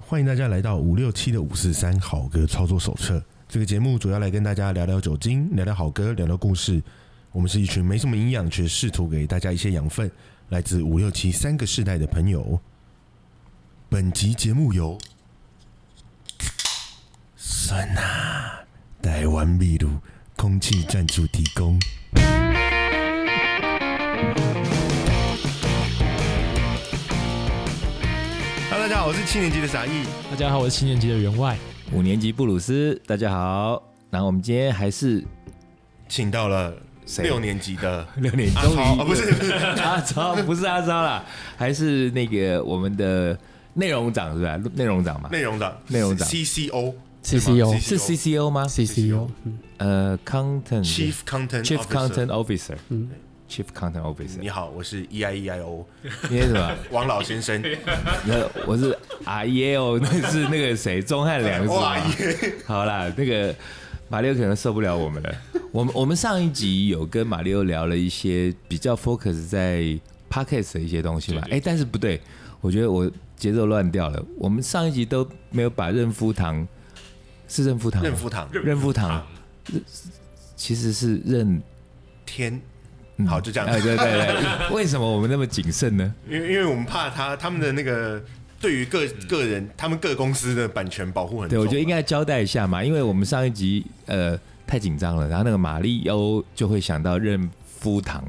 欢迎大家来到五六七的五四三好歌操作手册。这个节目主要来跟大家聊聊酒精，聊聊好歌，聊聊故事。我们是一群没什么营养，却试图给大家一些养分，来自五六七三个世代的朋友。本集节目由酸啊台湾秘鲁空气赞助提供。Hello，大家好，我是七年级的傻义。大家好，我是七年级的员外。五年级布鲁斯，大家好。然后我们今天还是请到了谁六年级的六年阿终超，于啊不是 阿超，不是阿超啦，还是那个我们的内容长是吧？内容长嘛，内容长，内容长 CCO 对 CCO 吗是 CCO 吗？ CCO，嗯呃，Content Chief Content Chief Officer Content Officer 嗯 Chief Content Officer，你好，我是 E I E I O 你是什么？王老先生，那我是阿耶哦，那是那个谁，钟汉良是哇吧？好啦，那个马里奥可能受不了我们了。我们我们上一集有跟马里奥聊了一些比较 focus 在 podcast 的一些东西嘛，哎、但是不对，我觉得我节奏乱掉了。我们上一集都没有把任夫堂是任夫堂吗，任福堂任夫堂其实是任。天嗯。好，就这样哎，，对对对，为什么我们那么谨慎呢？因为因为我们怕他他们的那个对于个个人，他们各公司的版权保护很重嗯对，嘛，我觉得应该交代一下嘛，因为我们上一集呃太紧张了，然后那个马里欧就会想到任夫堂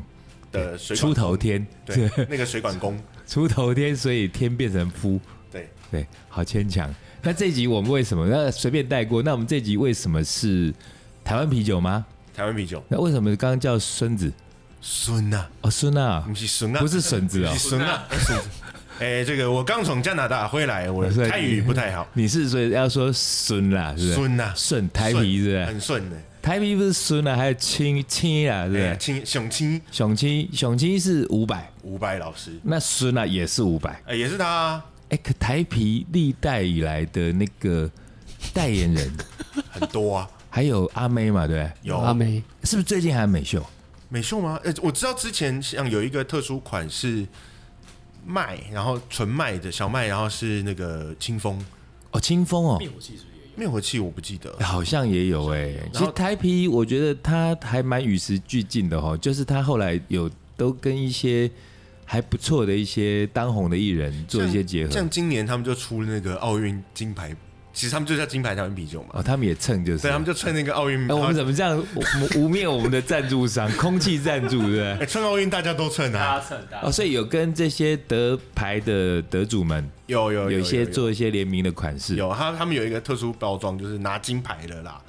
的水管出头工，天，对，那个水管工， 出头天，所以天变成夫，对，对，好牵强。那这集我们为什么？那随便带过。那我们这集为什么是台湾啤酒吗？台湾啤酒，那为什么刚刚叫孙子？孙呐，哦，孙啊不，是孙啊，不是笋子哦不是，孙啊，孙子。哎，这个我刚从加拿大回来，我 所以泰语不太好，你是所以要说孙啦，是不是？孙啊顺台啤是不顺是？很顺的，台啤不是孙啊，还有青青啊，是不对，是？亲熊亲熊青熊青是五百，伍佰老师，那孙啊也是五百。哎，也是他啊，哎，可台啤历代以来的那个代言人，很多啊，还有阿妹嘛，对不对？有阿梅，是不是最近还有美秀？美秀吗？呃，我知道之前像有一个特殊款是麦，然后纯麦的小麦，然后是那个清风哦，清风哦，灭火器，我不记得。好像也有哎、其然实后台啤，我觉得它还蛮与时俱进的哦，就是它后来有都跟一些还不错的一些当红的艺人做一些结合像今年他们就出那个奥运金牌，其实他们就叫金牌台湾啤酒嘛，哦，他们也蹭就是。对，他们就趁那个奥运，啊哎、我们怎么这样我们污蔑我们的赞助商，空气赞助对不对？哎趁奥运大家都趁啊，哦，所以有跟这些德牌的得主们有有有一些有做一些联名的款式。有他他们有一个特殊包装，就是拿金牌的啦，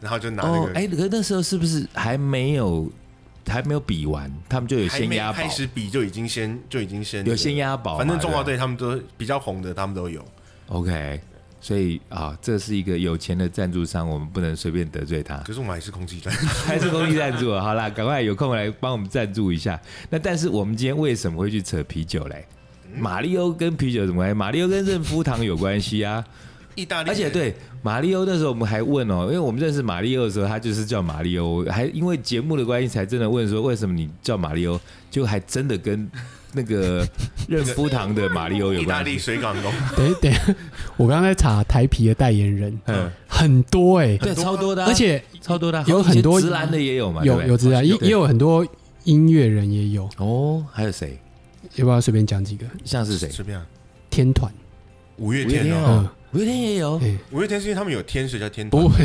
然后就拿那哦，个哎、可是那时候是不是还没有还没有比完，他们就有还先没押宝开，始比就已经先就已经先有先押宝嘛，反正中对华不对队他们都比较红的，他们都有。 OK，所以啊，这是一个有钱的赞助商，我们不能随便得罪他，可是我们还是空气站，还是公益赞助啊。好啦，赶快有空来帮我们赞助一下。那但是我们今天为什么会去扯啤酒嘞？嗯马里欧跟啤酒有什么关系？马里欧跟任夫堂有关系啊。意大利，而且对马里欧那时候我们还问哦，因为我们认识马里欧的时候，他就是叫马里欧，还因为节目的关系才真的问说为什么你叫马里欧，就还真的跟那个任夫堂的马里欧有意大关利系。水港工，等一等，我刚刚在查台啤的代言人，嗯，很多哎，对，很多超多的啊、而且超多的啊，有很多一些直男的也有嘛，对有不啊对有知道，也也有很多音乐人也有，哦，还有谁？要不要随便讲几个？像是谁？随便啊。天团，五月五月天天哦，哦，五月天也有，哎，五月天是因为他们有天，所以叫天团不，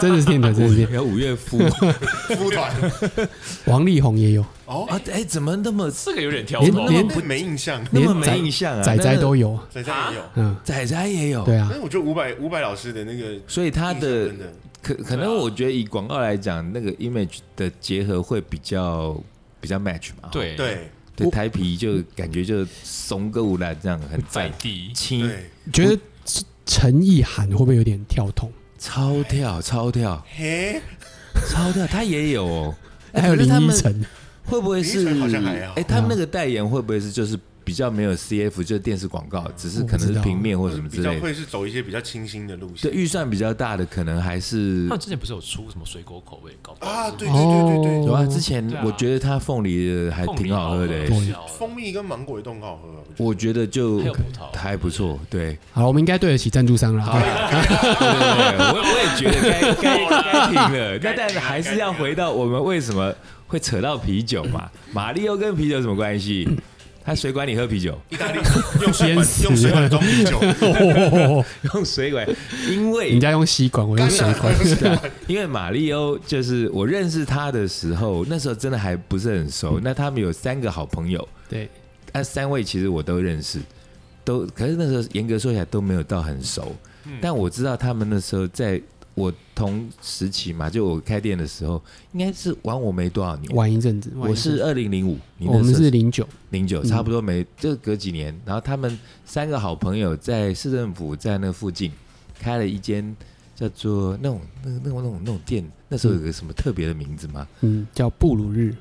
真的是天团，哎真的是天团，有五月夫 夫团。王力宏也有， 哦，啊，哎，怎么那么这个有点挑连头。连那没印象，那么连没印仔象啊？仔仔都有，有，在家也啊有。嗯，仔仔也有，对啊但，是我觉得伍佰伍佰老师的那个，所以他的真的可啊可能我觉得以广告来讲，那个 image 的结合会比较比较 match 嘛。对对对，我台皮就感觉就怂歌舞啦，这样很在赞，地轻对，觉得陈意涵会不会有点跳痛？超跳超跳嘿，超跳，他也有 哦。哎还有可林是他依们晨，会不会是林依晨好像还好哎，他们那个代言会不会是就是比较没有 CF，就是电视广告，只是我不可能知是道平面或者什么比之较类的。会是走一些比较清新的路对，线预算比较大的，可能还是他们之前不是有出什么水果口味糕啊，对对对对哦，对，有啊。之前对啊我觉得它凤梨的还挺好喝凤的、欸梨对哎好笑了蜂蜜跟芒果也都很好喝， 我觉得我觉得就还有葡萄还不错。对，好，我们应该对得起赞助商了。好，啊我我也觉得该该 该停了。那但还是要回到我们为什么会扯到啤酒嘛？马里奥跟啤酒有什么关系？他水管里喝啤酒，意大利用水淹管死用水管装啤酒， 用水管，因 为人家用吸管，我用水管。 因为马里欧就是我认识他的时候，那时候真的还不是很熟。那他们有三个好朋友，对，那三位其实我都认识，都可是那时候严格说起来都没有到很熟。但我知道他们那时候在我同时期嘛，就我开店的时候，应该是玩我没多少年。晚一阵子，晚我一阵是子二零零五，你哦我那们时候是零九，零九，嗯差不多没就隔几年。然后他们三个好朋友在市政府在那附近开了一间叫做那种那那种那种那种店，那时候有个什么特别的名字吗？嗯，叫布鲁日，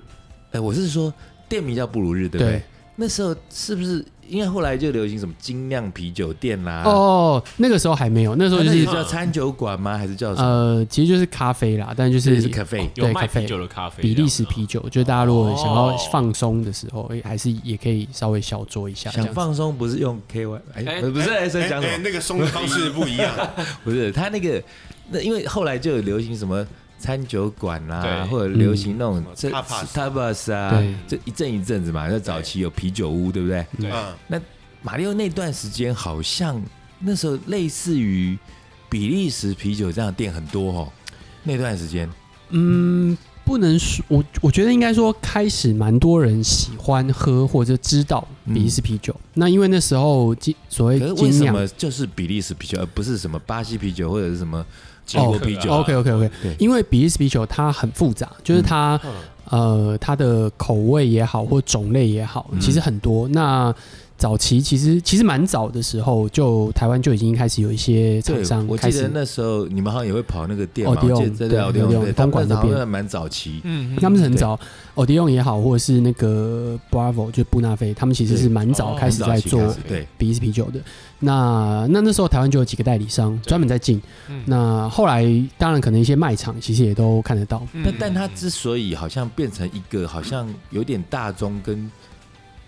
哎，我是说店名叫布鲁日，对不对？对，那时候是不是因为后来就流行什么精酿啤酒店啦？，哦，那个时候还没有，那时候就哎那是也叫餐酒馆吗？还是叫什么？呃，其实就是咖啡啦，但就就是啊是哦 cafe 有对卖咖啡啤酒的咖啡，比利时啤酒，就大家如果想要哦放松的时候，哎还是也可以稍微小酌一下。这想样子。放松不是用 K Y，哎，哎不是，哎，在哎讲什么哎，？那个松的方式不一样，不是他那个，那因为后来就有流行什么餐酒馆啦、对或者流行那种嗯什么这 tapas tapas 啊对，这一阵一阵子嘛。那早期有啤酒屋，对不对？这样。嗯，马里奥那段时间好像那时候类似于比利时啤酒这样的店很多哦。那段时间，嗯，不能说，我我觉得应该说，开始蛮多人喜欢喝或者知道比利时啤酒。那因为那时候精所谓嗯可是为精什酿么就是比利时啤酒，而不是什么巴西啤酒或者是什哦么中国啤酒？啊 OK OK OK，对哦因为比利时啤酒它很复杂，就是它、呃它的口味也好，或种类也好，嗯其实很多。那早期其实其实蛮早的时候，就台湾就已经开始有一些对厂，商我开记始得那时候你们好像也会跑那个店嘛， Odeon，我记得对在奥迪翁， Odeon，对，他东莞们那好边像蛮早期，嗯，他们是很对早 o d i o n 也好，或者是那个 Bravo 就布纳菲，他们其实是蛮早开始哦很在早期做开始对。比利时啤酒的。那那那时候台湾就有几个代理商专门在进。嗯那后来当然可能一些卖场其实也都看得到。嗯但但它之所以好像变成一个好像有点大众跟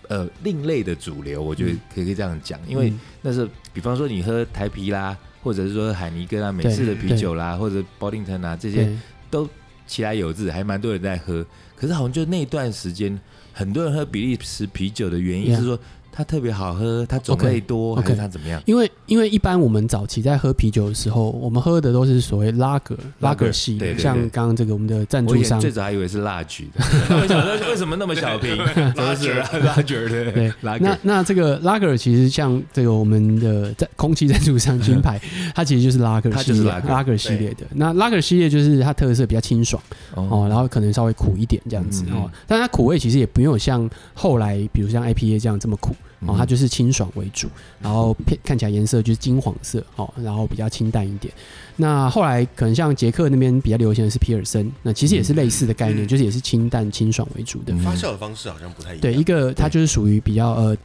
呃另类的主流，我觉得可以可以这样讲，因为嗯那是比方说你喝台啤啦，或者是说海尼根啊、美式的啤酒啦，或者 b o d i n g t o n 啊这些对其来有志，还蛮多人在喝。可是好像就那段时间，很多人喝比利时啤酒的原因 Yeah 是说它特别好喝，它种类多 OK，OK 还是它怎么样？因为因为一般我们早期在喝啤酒的时候，我们喝的都是所谓拉格拉格系，对对对像刚刚这个我们的赞我助以前商最早还以为是蜡橘 的，我想说为什么那么小瓶？ 拉是卷蜡橘的，对，拉那那这个拉格其实像这个我们的在空气赞助 商金牌，它其实就是拉格它系就是列，拉格拉格系列的。那拉格系列就是它特色比较清爽哦，然后可能稍微苦一点这样子嗯哦，但它苦味其实也没有像后来比如像 IPA 这样这么苦嗯哦，它就是清爽为主，然后片看起来颜色就是金黄色哦，然后比较清淡一点。那后来可能像捷克那边比较流行的是皮尔森，那其实也是类似的概念，嗯就是也是清淡清爽为主的。发酵的方式好像不太一样，对，一个它就是属于比较呃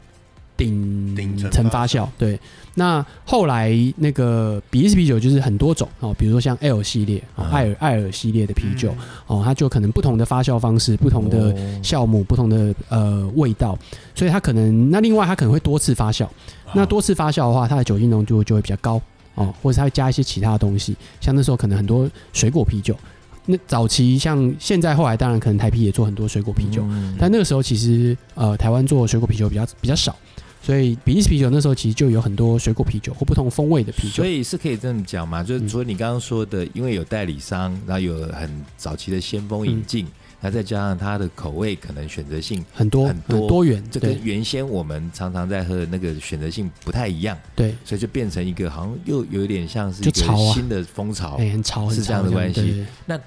顶顶层层发发酵。对，那后来那个比利时啤酒就是很多种哦，比如说像 L 系列、哦啊、艾尔艾尔系列的啤酒嗯哦，它就可能不同的发酵方式、不同的哦酵母、不同的呃味道，所以它可能那另外它可能会多次发酵。啊那多次发酵的话，它的酒精浓度就会比较高哦，或者它会加一些其他的东西，像那时候可能很多水果啤酒。那早期像现在后来当然可能台啤也做很多水果啤酒，嗯但那个时候其实呃，台湾做水果啤酒比较比较少，所以比利时啤酒那时候其实就有很多水果啤酒或不同风味的啤酒嗯所。以是可以这么讲嘛？就是除了你刚刚说的，因为有代理商，然后有很早期的先锋嗯引进，那再加上它的口味可能选择性，很多很多多元，这对跟原先我们常常在喝的那个选择性不太一样，对，所以就变成一个好像又有点像是一就潮个啊新的风潮哎、。很潮，很是潮这样的关系对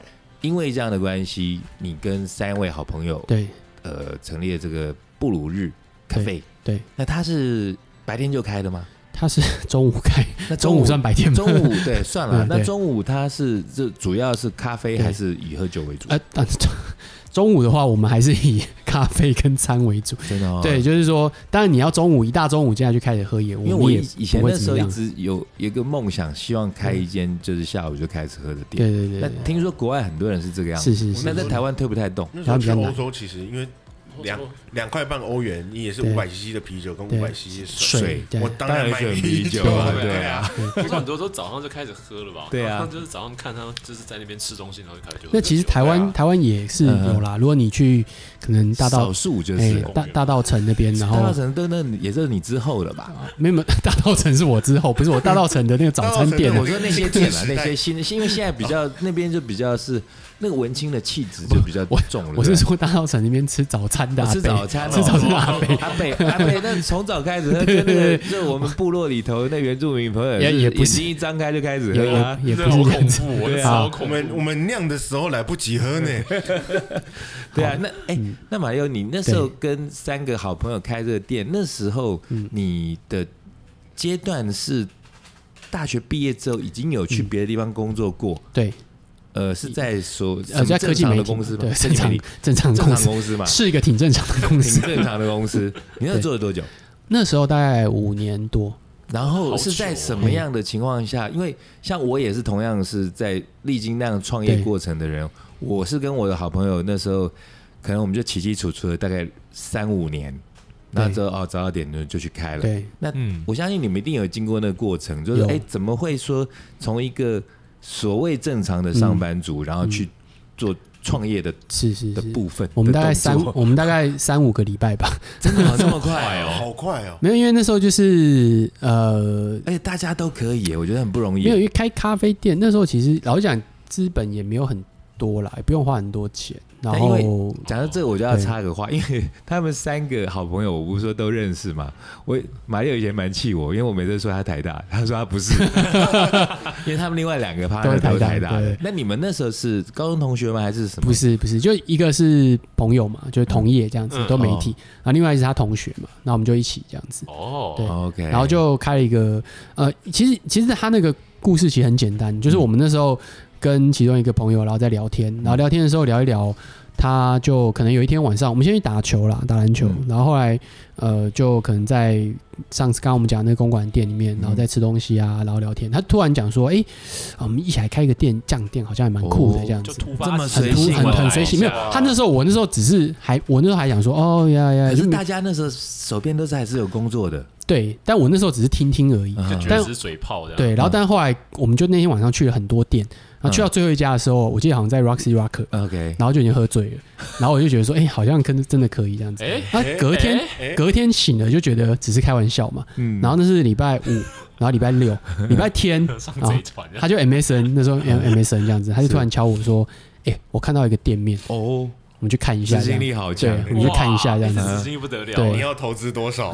因为这样的关系，你跟三位好朋友对，呃成立了这个布鲁日咖啡，对，那它是白天就开的吗？它是 中午开，那中午算白 天吗？中午对，算了。啊嗯那对中午它是这主要是咖啡对还是以喝酒为主？呃呃，啊中 中午的话，我们还是以咖啡跟餐为主。真的哦。对，，就是说，当然你要中午一大中午这样就开始喝饮，因为们我也以以前不会那时怎候么一样。直有有一个梦想，希望开一间就是下午就开始喝的对店。对对那对，听说国外很多人是这个样子，是是那是，在台湾推不太动。那时候比去较欧难洲，其实因为两两块半欧元，你也是对五百 CC 的啤酒跟对五百 CC 的水，水对我当然买选啤酒酒啊，啊对对啊啊。不是很多都早上就开始喝了吧？对啊然后就是早上看他们就是在那边吃东西，然后就开始就喝那其实台对湾啊台湾也是有啦。如果你去可能大道嗯少数就哎是大大道城那 边，然大稻后城，那那也就是你之后了吧？没有没有大道城是我之后，不是我大道城的那个早餐店大道啊我城。说那些这店啊，个时代那些新，因为现在比较那边就比较是那个文青的气质就比较重了。哦我是对不对啊说大道城那边吃早餐的我阿吃伯早餐哦，吃早餐的阿伯阿北，阿北，那从早开 始，那跟那个就我们部落里头那原住民朋友也是也眼不是睛一张开就开始也喝啊。也也不真的好是这样恐子。怖，我对的啊超我恐们怖。我们酿的时候来不及喝呢，对啊，那哎、嗯那马友，你那时候跟三个好朋友开这个店，那时候嗯你的阶段是大学毕业之后已经有嗯去别的地方工作过，对，呃，是在所呃，在科技媒的体公司吗？对，科正技媒常体正常 正公常司公司嘛，是一个挺正常的公司挺。正常的公 司。你那时候做了多久？那时候大概五年多，然后好是在久什哦么样的情况嗯下？因为像我也是同样是在历经那样创业对过程的嗯人，我是跟我的好朋友那时候，可能我们就起起楚楚了大概三五年，对那之后哦早到点就就去开了。对，那嗯，我相信你们一定有经过那个过程，就是有哎怎么会说从一个所谓正常的上班嗯族，然后去做创业的是是的是。部分？嗯我们大概的动三，作 我们大概三五个礼拜吧。 真的有这么快哦？好快哦！没有，因为那时候就是呃，而且哎大家都可以耶，我觉得很不容易没有，因为开咖啡店那时候其实老实讲，资本也没有很多啦，也不用花很多钱。然但因为后讲到这，我就要插个话，因为 他们三个好朋友，我不是说都认识嘛。我马六以前蛮气我，因为我每次说他台大，他说他 不是，因为他们另外两个趴都是都台是大台大的对。那你们那时候是高中同学吗？还是什么？不，是不是，就一个是朋友嘛，就是同业这样子，嗯都哦媒体。然后另外是他同学嘛，那我们就一起这样子。对哦， OK。然后就开了一个呃，其实其实他那个故事其实很简单，就是我们那时候跟其中一个朋友，然后在聊天，然后聊天的时候聊一聊，他就可能有一天晚上，我们先去打球啦，打篮球，嗯然后后来呃，就可能在上次刚刚我们讲的那个公馆店里面，然后在吃东西啊，然后聊天，他突然讲说，哎、啊我们一起来开一个店，酱店好像还蛮酷的哦这样子。就突这发么很随突性很嘛很随性，没有他那时候，我那时候只是还我那时候还想说，哦呀呀，可就是没大家那时候手边都是还是有工作的，对，但我那时候只是听听而已，就嗯觉但得只是啊嘴炮这样。对，然后但后来我们就那天晚上去了很多店，然后嗯去到最后一家的时候，我记得好像在 Roxy Rock， OK，然后就已经喝醉了，然后我就觉得说，哎、好像跟真的可以 这样子。哎，那隔天哎隔天醒了就觉得只是开玩笑嘛，嗯然后那是礼拜五，然后礼 拜六、礼拜天，上啊然后贼船这样啊他就 MSN 那时候 M- MSN 这样子，他就突然敲我说，哎、我看到一个店面，哦，我们去看一下执这样行子。力好强对，我们去看一下这样哇哎 子，啊资金不得了，对你要投资多少？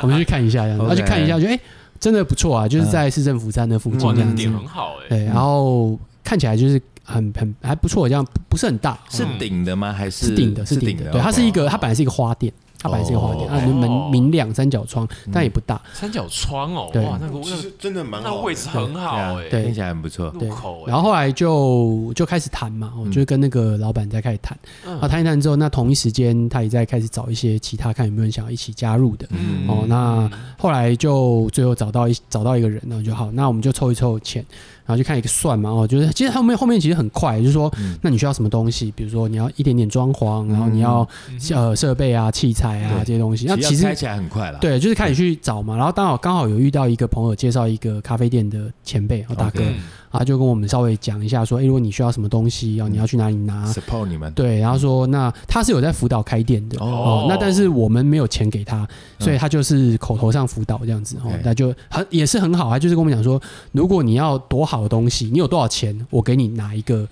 我们去看一下这样子，然后去看一下，就哎、真的不错啊，就是在市政府站那附嗯哇，近这那样个子点。很好哎，对，然后看起来就是很很还不错，这样不不是很大，哦是顶的吗？还是是顶的，是顶顶的。的？对，它是一个，哦它本来是一个花店，它本来是一个花店，哦它门哦明亮三角窗，但也不大。三角窗哦，对哇，那个其那实个真的蛮那好个的，位置很好哎，对啊听起来很不错。对入欸口，哎，然后后来就就开始谈嘛，我就跟那个老板在开始谈，嗯然后谈一谈之后，那同一时间他也在开始找一些其他看有没有人想要一起加入的。嗯哦，那后来就最后找到一找到一个人，那我就好，那我们就凑一凑钱，然后就看一个算嘛，哦，就是其实后面后面其实很快，就是说，嗯那你需要什么东西？比如说你要一点点装潢，然后你要、嗯呃设备啊、器材啊对这些东西。那其实要开实起来很快了。对，就是开始去找嘛，然后刚好刚好有遇到一个朋友介绍一个咖啡店的前辈，哦大嗯哥， OK 然后他就跟我们稍微讲一下说，哎，如果你需要什么东西，哦，你要去哪里拿？ ，support 你们。对，然后说那他是有在辅导开店的，哦哦，嗯那但是我们没有钱给他，所以他就是口头上辅导这样子哦 OK，那就很也是很好，他就是跟我们讲说，如果你要多好的东西，你有多少钱，我给你哪一个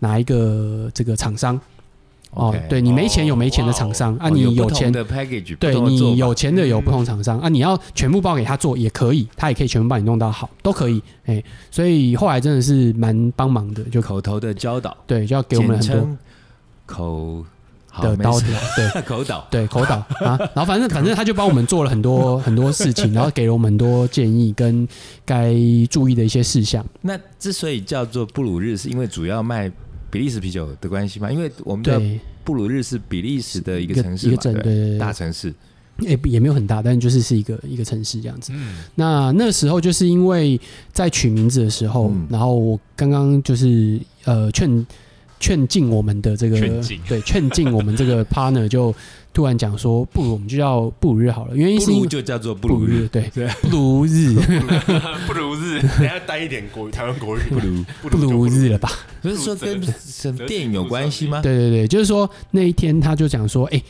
哪一个这个厂商哦 OK，对你没钱有没钱的厂商、啊，你哦有不钱同。的 package，对不同的做你法嗯有钱的有不同厂商、啊，你要全部包给他做也可以，他也可以全部帮你弄到好，都可以。嗯哎、所以后来真的是蛮帮忙的，就口头的教导，对，就要给我们很简多称口好的没刀事条，对， 口导，对，口导啊，然后反正反正他就帮我们做了很多很多事情，然后给了我们很多建议跟该注意的一些事项。那之所以叫做布鲁日，是因为主要卖比利时啤酒的关系吗？因为我们知道对，布鲁日是比利时的一一个城市嘛，一个镇，对对，对对，大城市，也也没有很大，但就是是一个一个城市这样子。嗯，那那时候就是因为在取名字的时候，嗯然后我刚刚就是呃劝劝进我们的这个劝进对劝进我们这个 partner 就突然讲说，不如我们就叫布鲁日好了，原因布是因鲁为就叫做布布鲁鲁日日，对对布鲁日不如日等一下带一点国语台湾国语，布鲁，布鲁日了吧？不是说跟跟电影有关系吗？对对对，就是说那一天他就讲说，哎、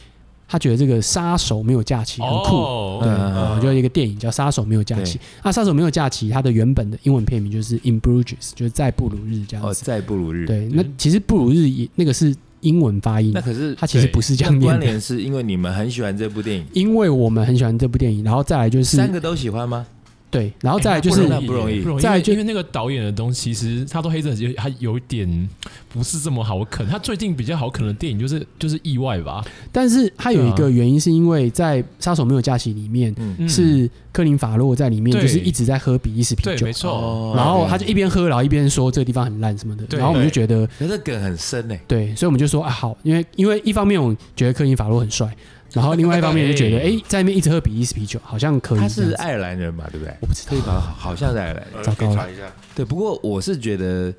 他觉得这个杀手没有假期很酷。哦对，嗯呃，就有一个电影叫《杀手没有假期》。那《杀手没有假期》它的原本的英文片名就是《In Bruges》，就是在布鲁日这样哦，子。在布鲁日，对，嗯那其实布鲁日也那个是英文发音那，可是它其实不是这样那念关的。联是因为你们很喜欢这部电影，因为我们很喜欢这部电影，然后再来就是三个都喜欢吗？对，然后再来就哎是那不容易不容易。再因来为就因为那个导演的东西，其实他都黑着，其实他有一点不是这么好啃。他最近比较好啃的电影就是就是意外吧，但是它有一个原因是因为在《杀手没有假期》里面、嗯，嗯是克林法洛在里面对就是一直在喝比利时啤对，酒没，错，哦然后他就一边喝然后一边说这个地方很烂什么的，对然后我们就觉得可是梗很深欸呢，对，所以我们就说啊好，因为因为一方面我们觉得克林法洛很帅，然后另外一方面就觉得哎、哎在那边一直喝比利时啤酒好像可以这他样子，是爱尔兰人嘛，对不对？我不知道对吧？好像是爱尔兰人。呃糟糕可了以查一下，对，不过我是觉得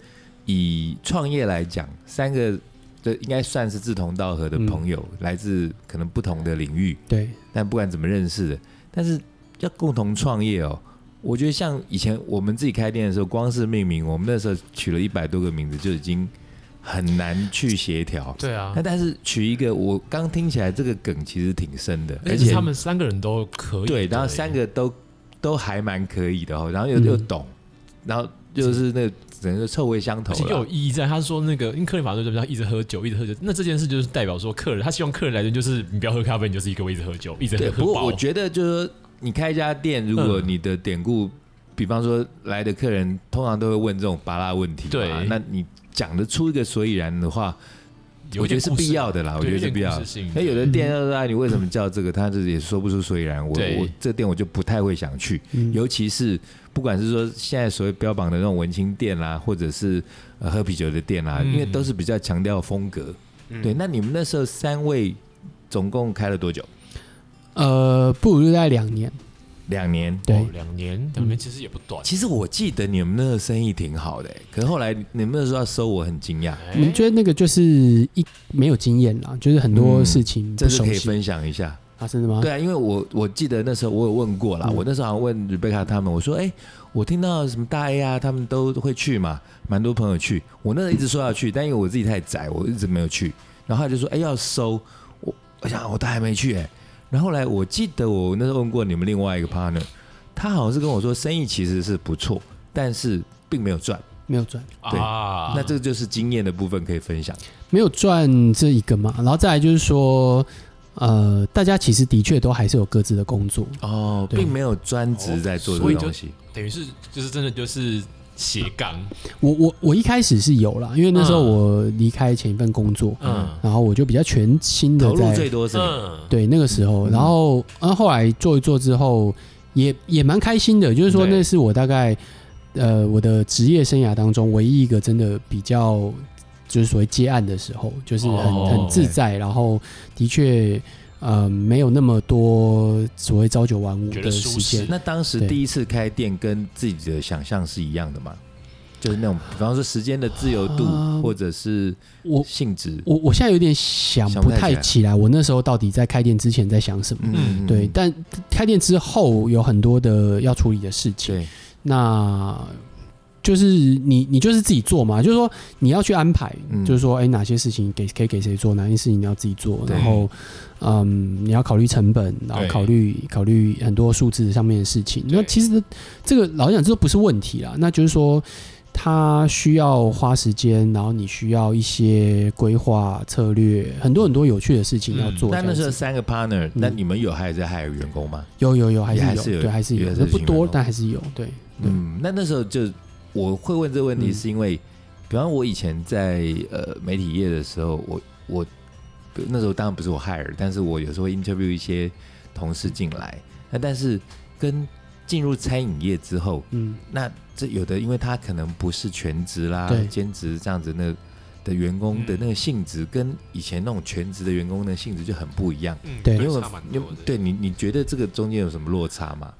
以创业来讲，三个这应该算是志同道合嗯的朋友，来自可能不同的领域，对但不管怎么认识的，但是要共同创业哦。我觉得像以前我们自己开店的时候，光是命名，我们那时候取了一百多个名字，就已经很难去协调。对啊那。但是取一个，我刚听起来这个梗其实挺深的，而而且且他们三个人都可以，对，然后三个都都还蛮可以的哦，然后又、嗯又懂，然后就是那个只能说臭味相投而且啦又有意义在。他说那个，因为克林法瑞这边一直喝酒，一直喝酒，那这件事就是代表说客人，他希望客人来的就是你不要喝咖啡，你就是一个我一直喝酒，一直对，喝不喝过饱我。觉得就是说，你开一家店，如果嗯你的典故，比方说来的客人通常都会问这种巴拉问题嘛，对那你讲得出一个所以然的话，有我一觉点得是故事必要的啦，我对觉得有是点必要故的事。性。嗯那有的店要说啊，你为什么叫这个？他自己也说不出所以然。我对我这店我就不太会想去，嗯尤其是不管是说现在所谓标榜的那种文青店啦，或者是呃喝啤酒的店啦，嗯因为都是比较强调风格。嗯对，那你们那时候三位总共开了多久？呃布鲁日在两年两年。嗯对、哦两年，两年其实也不短。其实我记得你们那个生意挺好的、欸可是后来你们那时候要收，我很惊哎讶。我们觉得那个就是一没有经验啦，就是很多事情这不是熟可以悉、分享一下，啊，真的吗？对啊，因为我我记得那时候我有问过啦，嗯我那时候好像问 Rebecca 他们，我说，哎、我听到什么大 A 啊，他们都会去嘛，蛮多朋友去，我那时候一直说要去，但因为我自己太宅，我一直没有去，然后他就说，哎、要收，我我想我都还没去、哎，然后后来我记得我那时候问过你们另外一个 partner，他好像是跟我说，生意其实是不错，但是并没有赚，没有赚，对啊，那这个就是经验的部分可以分享。没有赚这一个嘛，然后再来就是说，呃，大家其实的确都还是有各自的工作，哦，对并没有专职在做这所个以就东西。等于是就是真的就是斜杠，我我我一开始是有啦，因为那时候嗯我离开前一份工作，嗯然后我就比较全心的投入最在多是你，嗯，对那个时候，然后然后后来做一做之后，也也蛮开心的，就是说对那是我大概呃我的职业生涯当中唯一一个真的比较就是所谓接案的时候，就是很、哦很自在，然后的确呃没有那么多所谓朝九晚五觉的得舒时适间，那当时对第一次开店跟自己的想象是一样的吗？就是那种，比方说时间的自由度，啊或者是我。性质，我我现在有点想想不不太太起来起来，我那时候到底在开店之前在想什么？嗯对，但开店之后有很多的要处理的事情，对，那就是你你就是自己做嘛，就是说你要去安排，嗯就是说哎、哪些事情给可以给谁做，哪些事情你要自己做，对然后嗯你要考虑成本，然后对考虑考虑很多数字上面的事情。对那其实这个老实讲这都不是问题啦，那就是说。它需要花时间，然后你需要一些规划策略，很多很多有趣的事情要嗯做。那那这样时候子三个嗯 partner，、那你们有还在还有员工吗？有有有，还也是还有，是有对，还是也有还，是哦那不行多吧，但还是有，对，对嗯，那那时候就我会问这个问题，嗯是因为，比方我以前在呃媒体业的时候，我我那时候当然不是我 hire，但是我有时候会 interview 一些同事进来，那但是跟进入餐饮业之后，嗯，那这有的因为他可能不是全职啦对，兼职这样子那。的员工嗯的那个性质，跟以前那种全职的员工的性质就很不一样。嗯，对你有差蛮有多的。对你，你觉得这个中间有什么落差吗？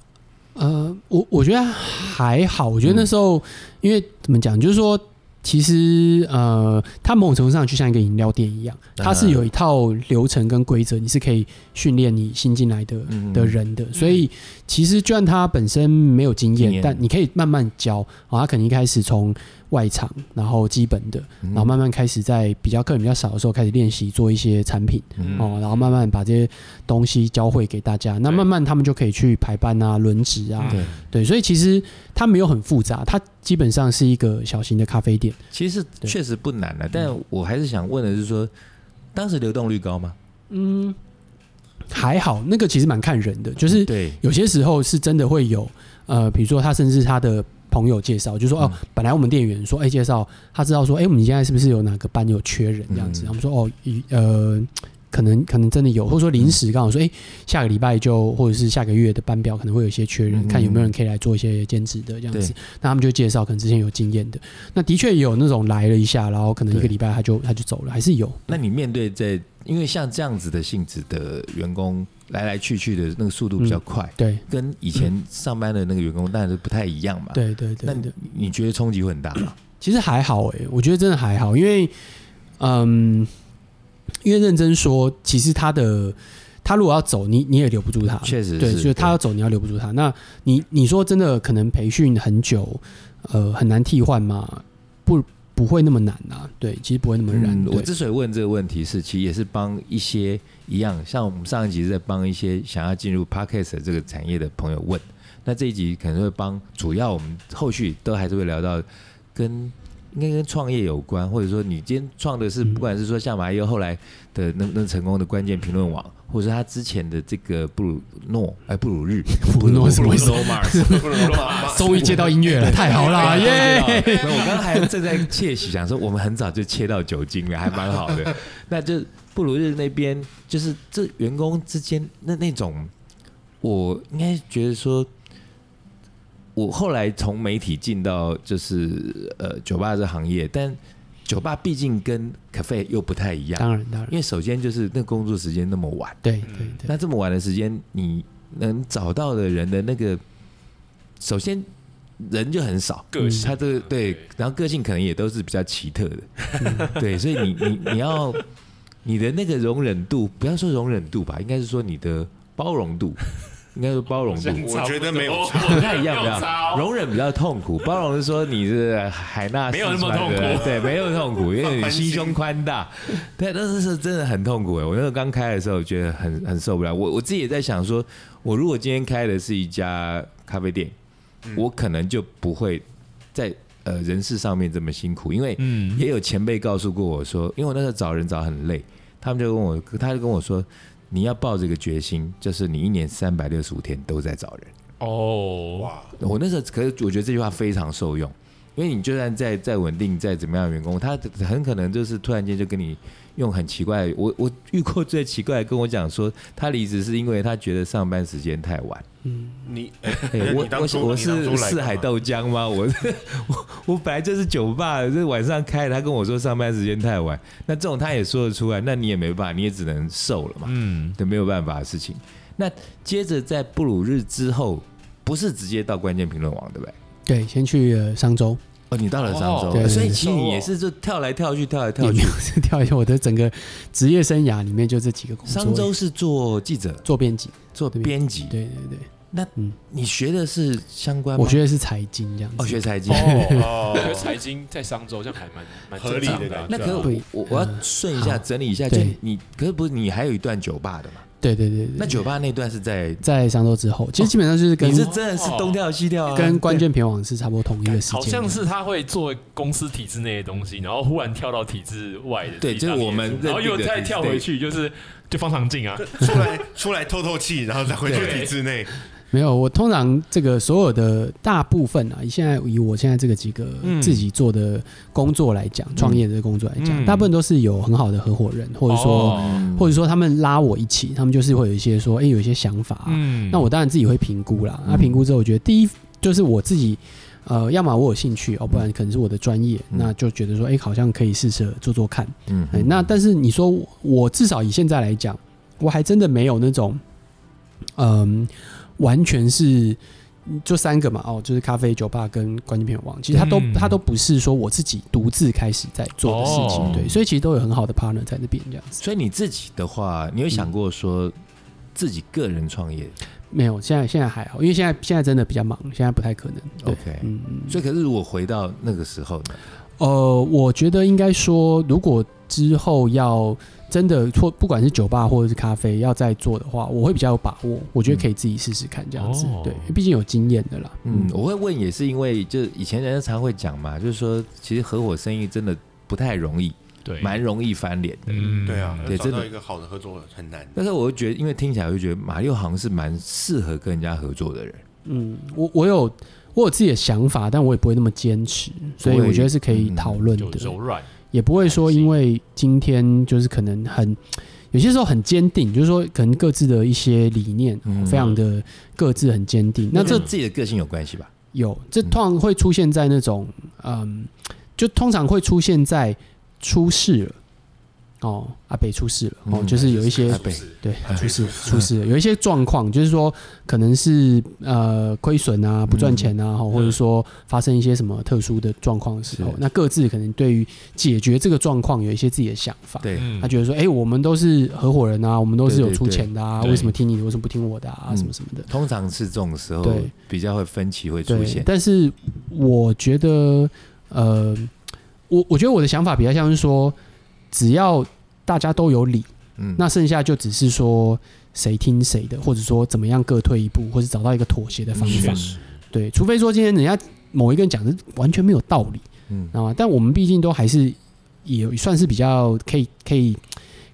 呃，我我觉得还好，我觉得那时候、因为怎么讲，就是说，其实呃，它某种程度上就像一个饮料店一样，它嗯是有一套流程跟规则，你是可以训练你新进来的嗯的人的。所以其实就算他本身没有经经验验，但你可以慢慢教啊，他可能一开始从外场，然后基本的，嗯然后慢慢开始在比较客人比较少的时候开始练习做一些产品。嗯哦，然后慢慢把这些东西教会给大家，那对慢慢他们就可以去排班啊、轮值啊，对，对，所以其实它没有很复杂，它基本上是一个小型的咖啡店。其实对确实不难了，但我还是想问的是说，当时流动率高吗？嗯，还好，那个其实蛮看人的，就是对，有些时候是真的会有，呃，比如说他甚至他的朋友介绍，就说哦，嗯本来我们店员说，哎、介绍他知道说，哎、我们现在是不是有哪个班有缺人这样子？嗯他们说哦，一呃。可能可能真的有，或者说临时刚好说，哎、下个礼拜就或者是下个月的班表可能会有一些缺人，嗯看有没有人可以来做一些兼职的这样子对。那他们就介绍可能之前有经验的，那的确也有那种来了一下，然后可能一个对礼拜他就他就走了，还是有。那你面对在，因为像这样子的性质的员工来来去去的那个速度比嗯较快，对跟以前上班的那个员工当然是不太一样嘛。，对对对啊那对你。你觉得冲击会很大吗？其实还好诶、我觉得真的还好，因为，嗯，因为认真说，其实他的他如果要走，你你也留不住他，确实对，是就是他要走，你要留不住他。那你你说真的，可能培训很久，呃，很难替换吗？不，不会那么难啊，对，其实不会那么难。嗯，对我之所以问这个问题是，其实也是帮一些一样，像我们上一集是在帮一些想要进入 podcast 这个产业的朋友问，那这一集可能会帮，主要我们后续都还是会聊到跟应该跟创业有关，或者说你今天创的是，嗯不管是说像马优后来的能不能成功的关键评论网，或者是他之前的这个布鲁诺哎布鲁日布鲁诺什么意思？ 不能乱 骂终于接到音乐 了，太好啦，啊耶！哎没有我刚才正在窃喜，想说我们很早就切到酒精了，还蛮好 的。那就布鲁日那边，就是这员工之间那那种，我应该觉得说，我后来从媒体进到就是呃酒吧这行业，但酒吧毕竟跟 cafe 又不太一样，当然当然因，为首先就是那工作时间那么晚。对对对，嗯那这么晚的时间，你能找到的人的那个，首先人就很少，个性他这个对对，然后个性可能也都是比较奇特的，对，所以你你你要你的那个容忍度，不要说容忍度吧，应该是说你的包容度，应该说包容度。我觉得没有我差我不太一样，不没有差 要哦容忍比较痛苦，包容是说你是海纳四没有那么川的痛苦对，没有痛苦，因为你放心心胸宽大，对，但是是真的很痛苦哎。我那时候刚开的时候，觉得很很受不了。我我自己也在想说，我如果今天开的是一家咖啡店，嗯我可能就不会在呃人事上面这么辛苦，因为嗯也有前辈告诉过我说，因为我那时候找人找很累，他们就跟我，他就跟我说，你要抱这个决心，就是你一年三百六十五天都在找人。哦，哇，我那时候，可是我觉得这句话非常受用，因为你就算再再稳定，再怎么样的员工，他很可能就是突然间就跟你用很奇怪的。我我遇过最奇怪的，跟我讲说他离职是因为他觉得上班时间太 晚。你哎那我你当我初我你当初来是干嘛四海豆浆吗？我 我我本来就是酒吧，这晚上开，他跟我说上班时间太晚，那这种他也说得出来，那你也没办法，你也只能受了嘛。嗯，对，没有办法的事情。那接着在布鲁日之后，不是直接到关键评论网，对不对？对，先去呃商周，哦，你到了上周，啊哦对所以对其实你也是就跳来跳去，跳来也跳没去有。是 跳一下我的整个职业生涯里面就这几个工作而已，商周是做记者、做编辑，做编辑，对对对，那嗯你学的是相关吗？我学的是财经这样哦，子。学 财经。我觉得哦，财经在商周这样还蛮蛮合理正常的啊感觉那可是我对嗯我我要顺一下整理一下，就对你可是不是你还有一段酒吧的嘛？对对对对，那酒吧那段是在在上周之后，其实基本上就是跟、你是啊真的是东跳西跳啊，哦跟关键评网是差不多同一个时间，好像是他会做公司体制内的东西，然后忽然跳到体制外的，对就是我们认定的然后又再跳回去，就是就方长进啊，出来出来透透气，然后再回去体制内。没有。我通常这个所有的大部分啊，以现在以我现在这个几个嗯自己做的工作来讲，创、业的工作来讲，嗯大部分都是有很好的合伙人，或者说、哦嗯或者说他们拉我一起，他们就是会有一些说，哎、有一些想法啊、嗯那我当然自己会评估啦。那嗯评估之后，我觉得第一就是我自己呃，要么我有兴趣哦，不然可能是我的专业，嗯那就觉得说，哎、好像可以试着做做看。嗯哎，那但是你说我我至少以现在来讲，我还真的没有那种，嗯、完全是嗯就三个嘛，哦，就是咖啡、酒吧跟关键片网，其实它都、嗯它都不是说我自己独自开始在做的事情，哦对，所以其实都有很好的 partner 在那边这样子。所以你自己的话，你有想过说自己个人创业没有，现在现在还好，因为现在现在真的比较忙，现在不太可能。对， ？OK，嗯嗯。所以可是如果回到那个时候呢？呃，我觉得应该说，如果之后要真的或不管是酒吧或者是咖啡要再做的话，我会比较有把握。我觉得可以自己试试看这样子，哦对，毕竟有经验的啦。嗯嗯，，我会问也是因为，就以前人家常会讲嘛，就是说其实合伙生意真的不太容易，对，蛮容易翻脸的。嗯对啊，对要找真到的一个好的合作很难。但是我就觉得，因为听起来我就觉得马六好像是蛮适合跟人家合作的人。嗯，我我有我有自己的想法，但我也不会那么坚持，所以不会我觉得是可以嗯讨论就的，柔软，也不会说因为今天就是可能很。有些时候很坚定，就是说可能各自的一些理念，嗯非常嗯的各自很坚定。那那这这自己的个性有关系吧？有，这嗯通常会出现在那种，嗯，就通常会出现在出事了，哦，阿北出事了，哦，嗯哎就是有一些阿北对出事出事了，有一些状况，就是说可能是呃亏损啊，不赚钱啊，哦或者说发生一些什么特殊的状况的时候嗯是，那各自可能对于解决这个状况有一些自己的想法。对，嗯他觉得说，哎、我们都是合伙人啊，我们都是有对对出对钱的啊，对为什么听你的，为什么不听我的啊，嗯什么什么的。通常是这种时候对比较会分歧会出对，现。但是我觉得，呃，我我觉得我的想法比较像是说，只要大家都有理，嗯，那剩下就只是说谁听谁的，或者说怎么样各退一步，或者找到一个妥协的方法确。嗯实对，除非说今天人家某一个人讲的完全没有道理，嗯知道吗？但我们毕竟都还是也算是比较可以可以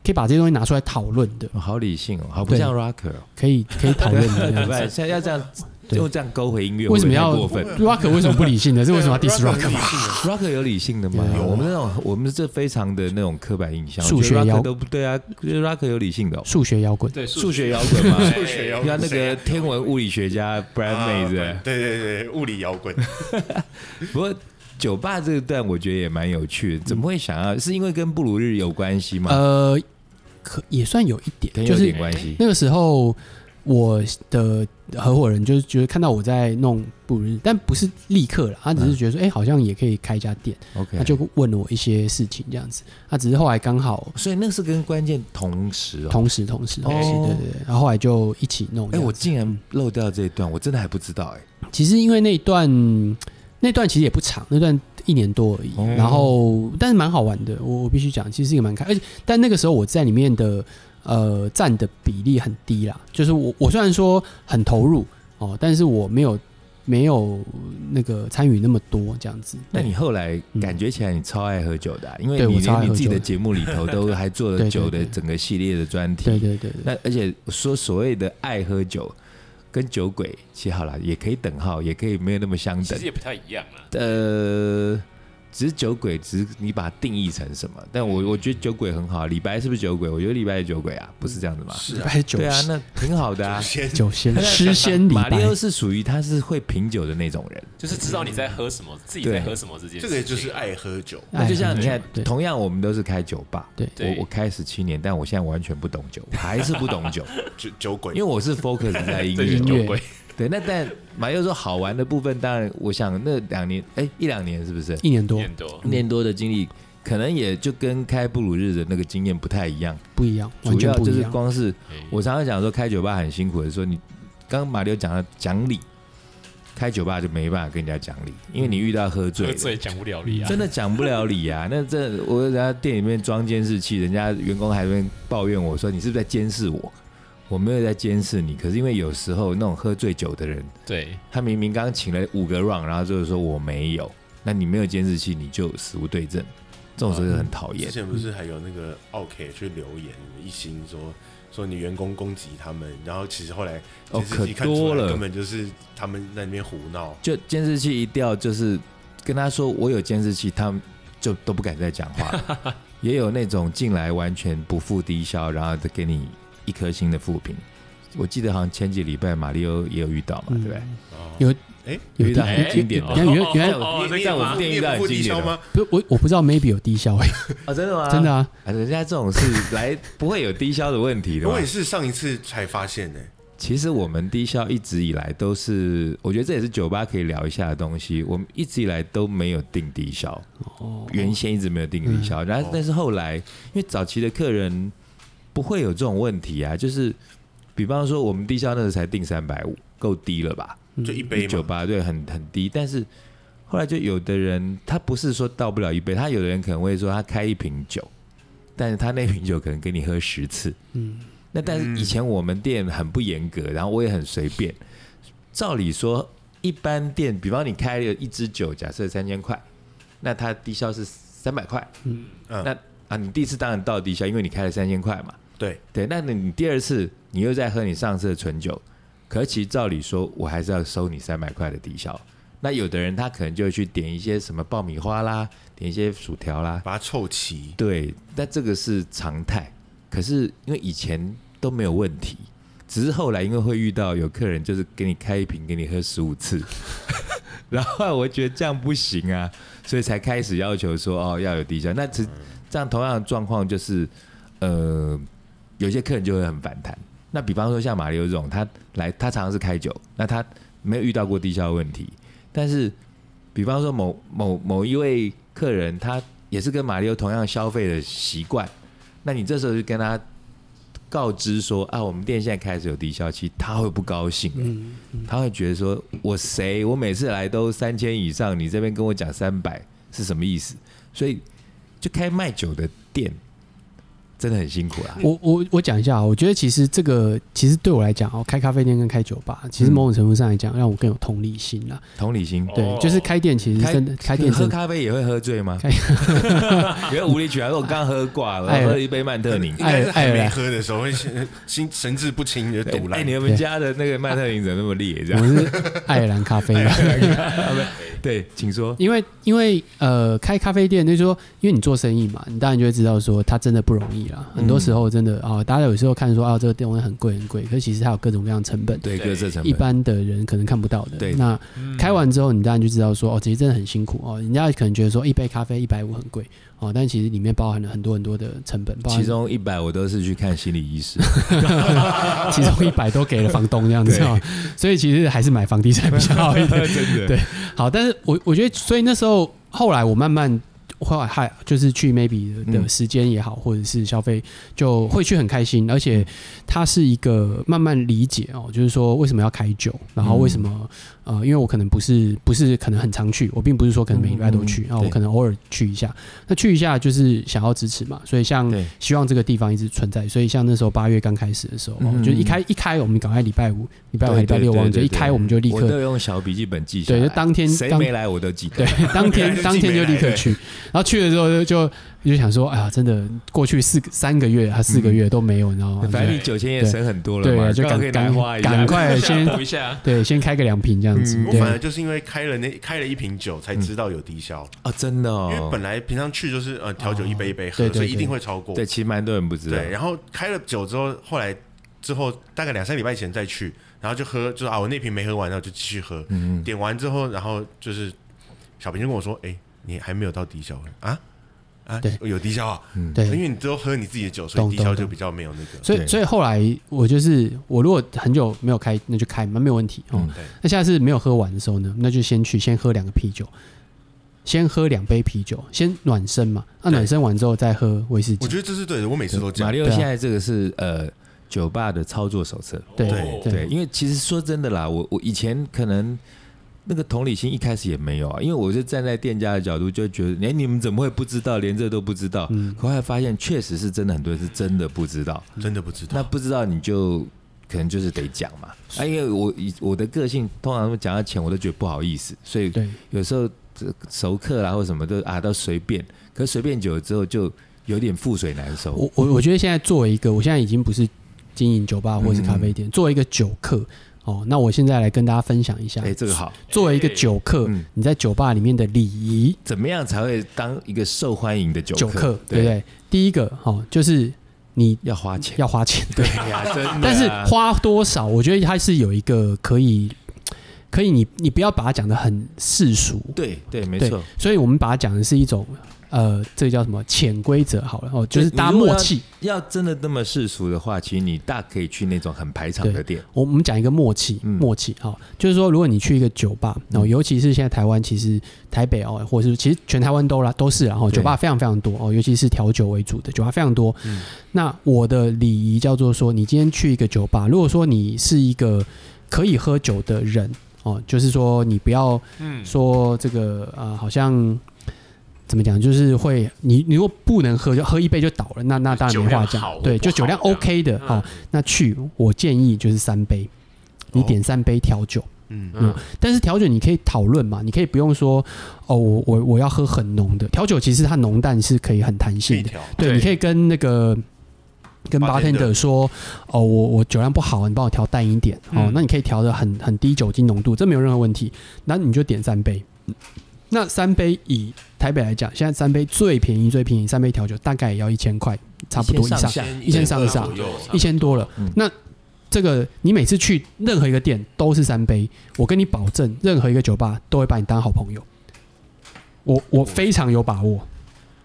可以把这些东西拿出来讨论的，哦好理性哦，好不对像 rocker 哦。可以可以讨论的这对样 不 对，子。现在要这样对用这样勾回音乐，为什么要会不会太过分 Rock 为什么不理性呢？这为什么要啊 diss Rock？ ？rocker 有理性的吗有？啊我们那种我们这非常的那种刻板印象，数我觉得学 rocker 摇都不对啊，rocker 有理性的哦，数学摇滚。对数学摇滚嘛，数学摇你看那个天文物理学家 Brad 啊 May 对对对对，物理摇 滚，不对不过酒吧这一段我觉得也蛮有趣的，怎么会想要？是因为跟布鲁日有关系吗？呃，可也算有一点可，能就有是点关系。那个时候我的合伙人就是觉得看到我在弄布鲁日，但不是立刻了，他只是觉得说，哎、好像也可以开一家店，他 OK，哎就问了我一些事情这样子。他只是后来刚好所以那是跟关键同时哦。同啊时同时同时，哦对对对，然后后来就一起弄这哎，样我子。竟然漏掉这一段，我真的还不知道哎。其实因为那一段那段其实也不长，那段一年多而已。哦然后但是蛮好玩的，我我必须讲，其实是一个蛮开，而且但那个时候我在里面的呃占的比例很低啦，就是我我虽然说很投入哦，但是我没有没有那个参与那么多这样子。那你后来嗯感觉起来你超爱喝酒的啊、因为对你我超爱连喝酒你自己的节目里头都还做了 对对酒的对整个系列的专题。对对对对，那而且说所谓的爱喝酒跟酒鬼，其实好啦，也可以等号，也可以没有那么相其等实。也不太一样啦。呃，只是酒鬼，只是你把它定义成什么？但我我觉得酒鬼很好啊，李白是不是酒鬼？我觉得李白也酒鬼啊，不是这样子吗？是啊，百九对啊，那挺好的啊。先九仙诗仙李马里白奥是属于他是会品酒的那种人。就是知道你在喝什么，自己对在喝什么这件事这情，个就是爱喝酒，那就像哎你看对，同样我们都是开酒吧，对对我我开十七年，但我现在完全不懂酒，我还是不懂酒，酒酒鬼因为，我是 focus 在音这就是乐。音乐酒鬼，对，那但马又说好玩的部分，当然我想那两年，哎，一两年是不是？一年多念多一年多的经历，可能也就跟开布鲁日的那个经验不太一样，不一样，完主全要不就一是样。光是哎我常常讲说开酒吧很辛苦的时候，你刚刚马六讲的讲理，开酒吧就没办法跟人家讲理，因为你遇到喝醉喝了。嗯醉讲不了理啊真。的讲不了理啊！那这我人家店里面装监视器，人家员工还在那边抱怨我说你是不是在监视我？我没有在监视你，可是因为有时候那种喝醉酒的人，对，他明明刚请了五个 round，然后就是说我没有，那你没有监视器，你就死无对证，这种时候就很讨啊厌之。前不是还有那个奥 K 去留言一心说说你员工攻击他们，然后其实后来哦监视器可看出多来了根本就是他们在那边胡闹，就监视器一掉，就是跟他说我有监视器，他们就都不敢再讲话了。 也有那种进来完全不付低消，然后再给你一颗星的负评。我记得好像前几礼拜马里欧也有遇到嘛，对不对？嗯哦有哎，有遇到低很有经典有的有有有原在来我哦在我们那个吗店遇到很经典的嗯吗？不是我我不知道 maybe 有低消哎、哦，真的吗？真的啊，啊，人家这种是来不会有低消的问题的嘛我也。是上一次才发现呢。其实我们低消一直以来都是，我觉得这也是酒吧可以聊一下的东西。我们一直以来都没有定低消，原先一直没有定低消，然后但是后来，因为早期的客人不会有这种问题啊，就是比方说我们低消那时候才定三百五，够低了吧？就一杯酒嘛，吧对，很很低。但是后来就有的人，他不是说倒不了一杯，他有的人可能会说他开一瓶酒，但是他那瓶酒可能跟你喝十次。嗯，那但是以前我们店很不严格，然后我也很随便。照理说，一般店，比方你开了一支酒，假设三千块，那它低消是三百块。嗯嗯那啊，你第一次当然到低消，因为你开了三千块嘛。对，对，那你第二次你又在喝你上次的纯酒，可其实照理说，我还是要收你三百块的低消。那有的人他可能就会去点一些什么爆米花啦，点一些薯条啦，把它凑齐。对，那这个是常态。可是因为以前都没有问题，只是后来因为会遇到有客人就是给你开一瓶，给你喝十五次， 然后后来我觉得这样不行啊，所以才开始要求说哦要有低消。那只这样同样的状况就是，呃，有些客人就会很反弹。那比方说像马里欧这种，他来他常常是开酒，那他没有遇到过低消的问题，但是比方说某某某一位客人，他也是跟马里欧同样消费的习惯，那你这时候就跟他告知说啊，我们店现在开始有低消期，他会不高兴、嗯他会觉得说我谁，我每次来都三千以上，你这边跟我讲三百是什么意思？所以就开卖酒的店真的很辛苦啦。我我我讲一下啊，我觉得其实这个其实对我来讲哦，开咖啡店跟开酒吧，其实某种程度上来讲，让我更有同理心啦。同理心，哦对，就是开店其实真的开店喝真的，咖啡也会喝醉吗 开？不要无理取闹，我刚喝挂了，哎我喝了一杯曼特宁。应该是还爱尔没兰喝的时候，会心心 神志不清的对堵哎，烂你。们家的那个曼特宁怎么那么烈？这我 样们是爱尔兰咖啡嘛， 对，请说。因为因为呃，开咖啡店就是说，因为你做生意嘛，你当然就会知道说它真的不容易啦。很多时候真的啊、大家有时候看说啊，这个店西很贵很贵，可是其实它有各种各样的成本，对，对各自成一本。般的人可能看不到的。对那嗯开完之后，你当然就知道说，哦，其实真的很辛苦哦。人家可能觉得说一杯咖啡一百五很贵哦，但其实里面包含了很多很多的成本，包含其中一百我都是去看心理 医师，其中一百都给了房东这样 子哦，所以其实还是买房地产比较好一点。真的对好，但是我我觉得，所以那时候后来我慢慢后来还就是去 maybe 的嗯的时间也好，或者是消费，就会去很开心，而嗯且它是一个慢慢理解哦，就是说为什么要开酒，然嗯后为什么、呃，因为我可能不是不是可能很常去，我并不是说可能每礼拜都去嗯嗯嗯啊、我对可能偶尔去一下，那去一下就是想要支持嘛，所以像对希望这个地方一直存在，所以像那时候八月刚开始的时候，哦嗯嗯就一开一开我们赶快礼拜五、礼拜五、对礼拜六对对忘记对一对开我们就立我刻都用小笔记本记下来。对就当天谁当没来我都记 得对。，原来当天是当天就立刻去，然后去了之后就就就想说，哎呀，真的过去四个三个月还四个月都没有，你知道吗？反正你对九千也省很多了对嘛，啊就刚赶好可以拿花一下赶快先补一下，对，先开个两瓶这样子嗯，，我对反而就是因为开了那开了一瓶酒，才知道有低消。哦，真的因为哦本。来平常去就是呃调酒一杯一杯对喝，哦对所以一对定会超过。对，其实蛮多人不知道。对，然后开了酒之后，后来之后大概两三礼拜前再去，然后就喝，就是啊，我那瓶没喝完，然后就继续喝。嗯点完之后，然后就是小平就跟我说：“哎、你还没有到低消啊啊对，有低消啊？因对。为你都喝你自己的酒，所以懂低消懂就懂比较没有那个。所以，对所以后来我就是我，如果很久没有开，那就开嘛，没有问题哦。嗯对那下次没有喝完的时候呢，那就先去先喝两个啤酒，先喝两杯啤酒，先暖身嘛。那、暖身完之后再喝威士忌我。觉得这是对的，我每次都这马样。里奥对啊现在这个是呃酒吧的操作手册。对哦对对，因为其实说真的啦，我我以前可能那个同理心一开始也没有啊，因为我是站在店家的角度就觉得，哎，你们怎么会不知道，连这都不知道？嗯可后来发现，确实是真的，很多人是真的不知道。真的不知道，那不知道你就可能就是得讲嘛，啊，因为我以我的个性通常讲到钱我都觉得不好意思，所以对，有时候呃熟客啦或什么都啊都随便，可是随便久了之后就有点覆水难收。我我我觉得现在作为一个，我现在已经不是经营酒吧或是咖啡嗯店，作为一个酒客哦，那我现在来跟大家分享一下，哎、这个好，作为一个酒客，嗯你在酒吧里面的礼仪，怎么样才会当一个受欢迎的酒酒客？客对不对？第一个哦，就是你要花钱。要 花钱，对，呀，真的啊但是花多少，我觉得它是有一个可以。可以你你不要把它讲的很世俗，对对，没对错，所以我们把它讲的是一种呃，这个叫什么潜规则好了哦，就是对大家你如果默契。要真的那么世俗的话，其实你大可以去那种很排场的店，我我们讲一个默契，嗯默契好，就是说，如果你去一个酒吧，嗯哦，尤其是现在台湾，其实台北哦，或者是其实全台湾都啦都是啦，然后对酒吧非常非常多哦，尤其是调酒为主的酒吧非常多。嗯那我的礼仪叫做说，你今天去一个酒吧，如果说你是一个可以喝酒的人哦，就是说你不要嗯，说这个呃，好像怎么讲，就是会你你如果不能喝，就喝一杯就倒了，那那当然没话酒量讲好，对，或不好就酒量 OK 的这样嗯哦，那去我建议就是三杯，你哦点三杯调酒，嗯，嗯但是调酒你可以讨论嘛，你可以不用说哦，我我我要喝很浓的调酒，其实它浓淡是可以很弹性一的，条对，对你可以跟那个。跟 Bartender bartender 说，哦，我我酒量不好，你帮我调淡一点哦。嗯那你可以调的很很低酒精浓度，这没有任何问题。那你就点三杯。那三杯以台北来讲，现在三杯最便宜最便宜，三杯调酒大概也要一千块，差不多以1000上上，下一千上下左右一千多了。嗯那这个你每次去任何一个店都是三杯，我跟你保证，任何一个酒吧都会把你当好朋友。我我非常有把握，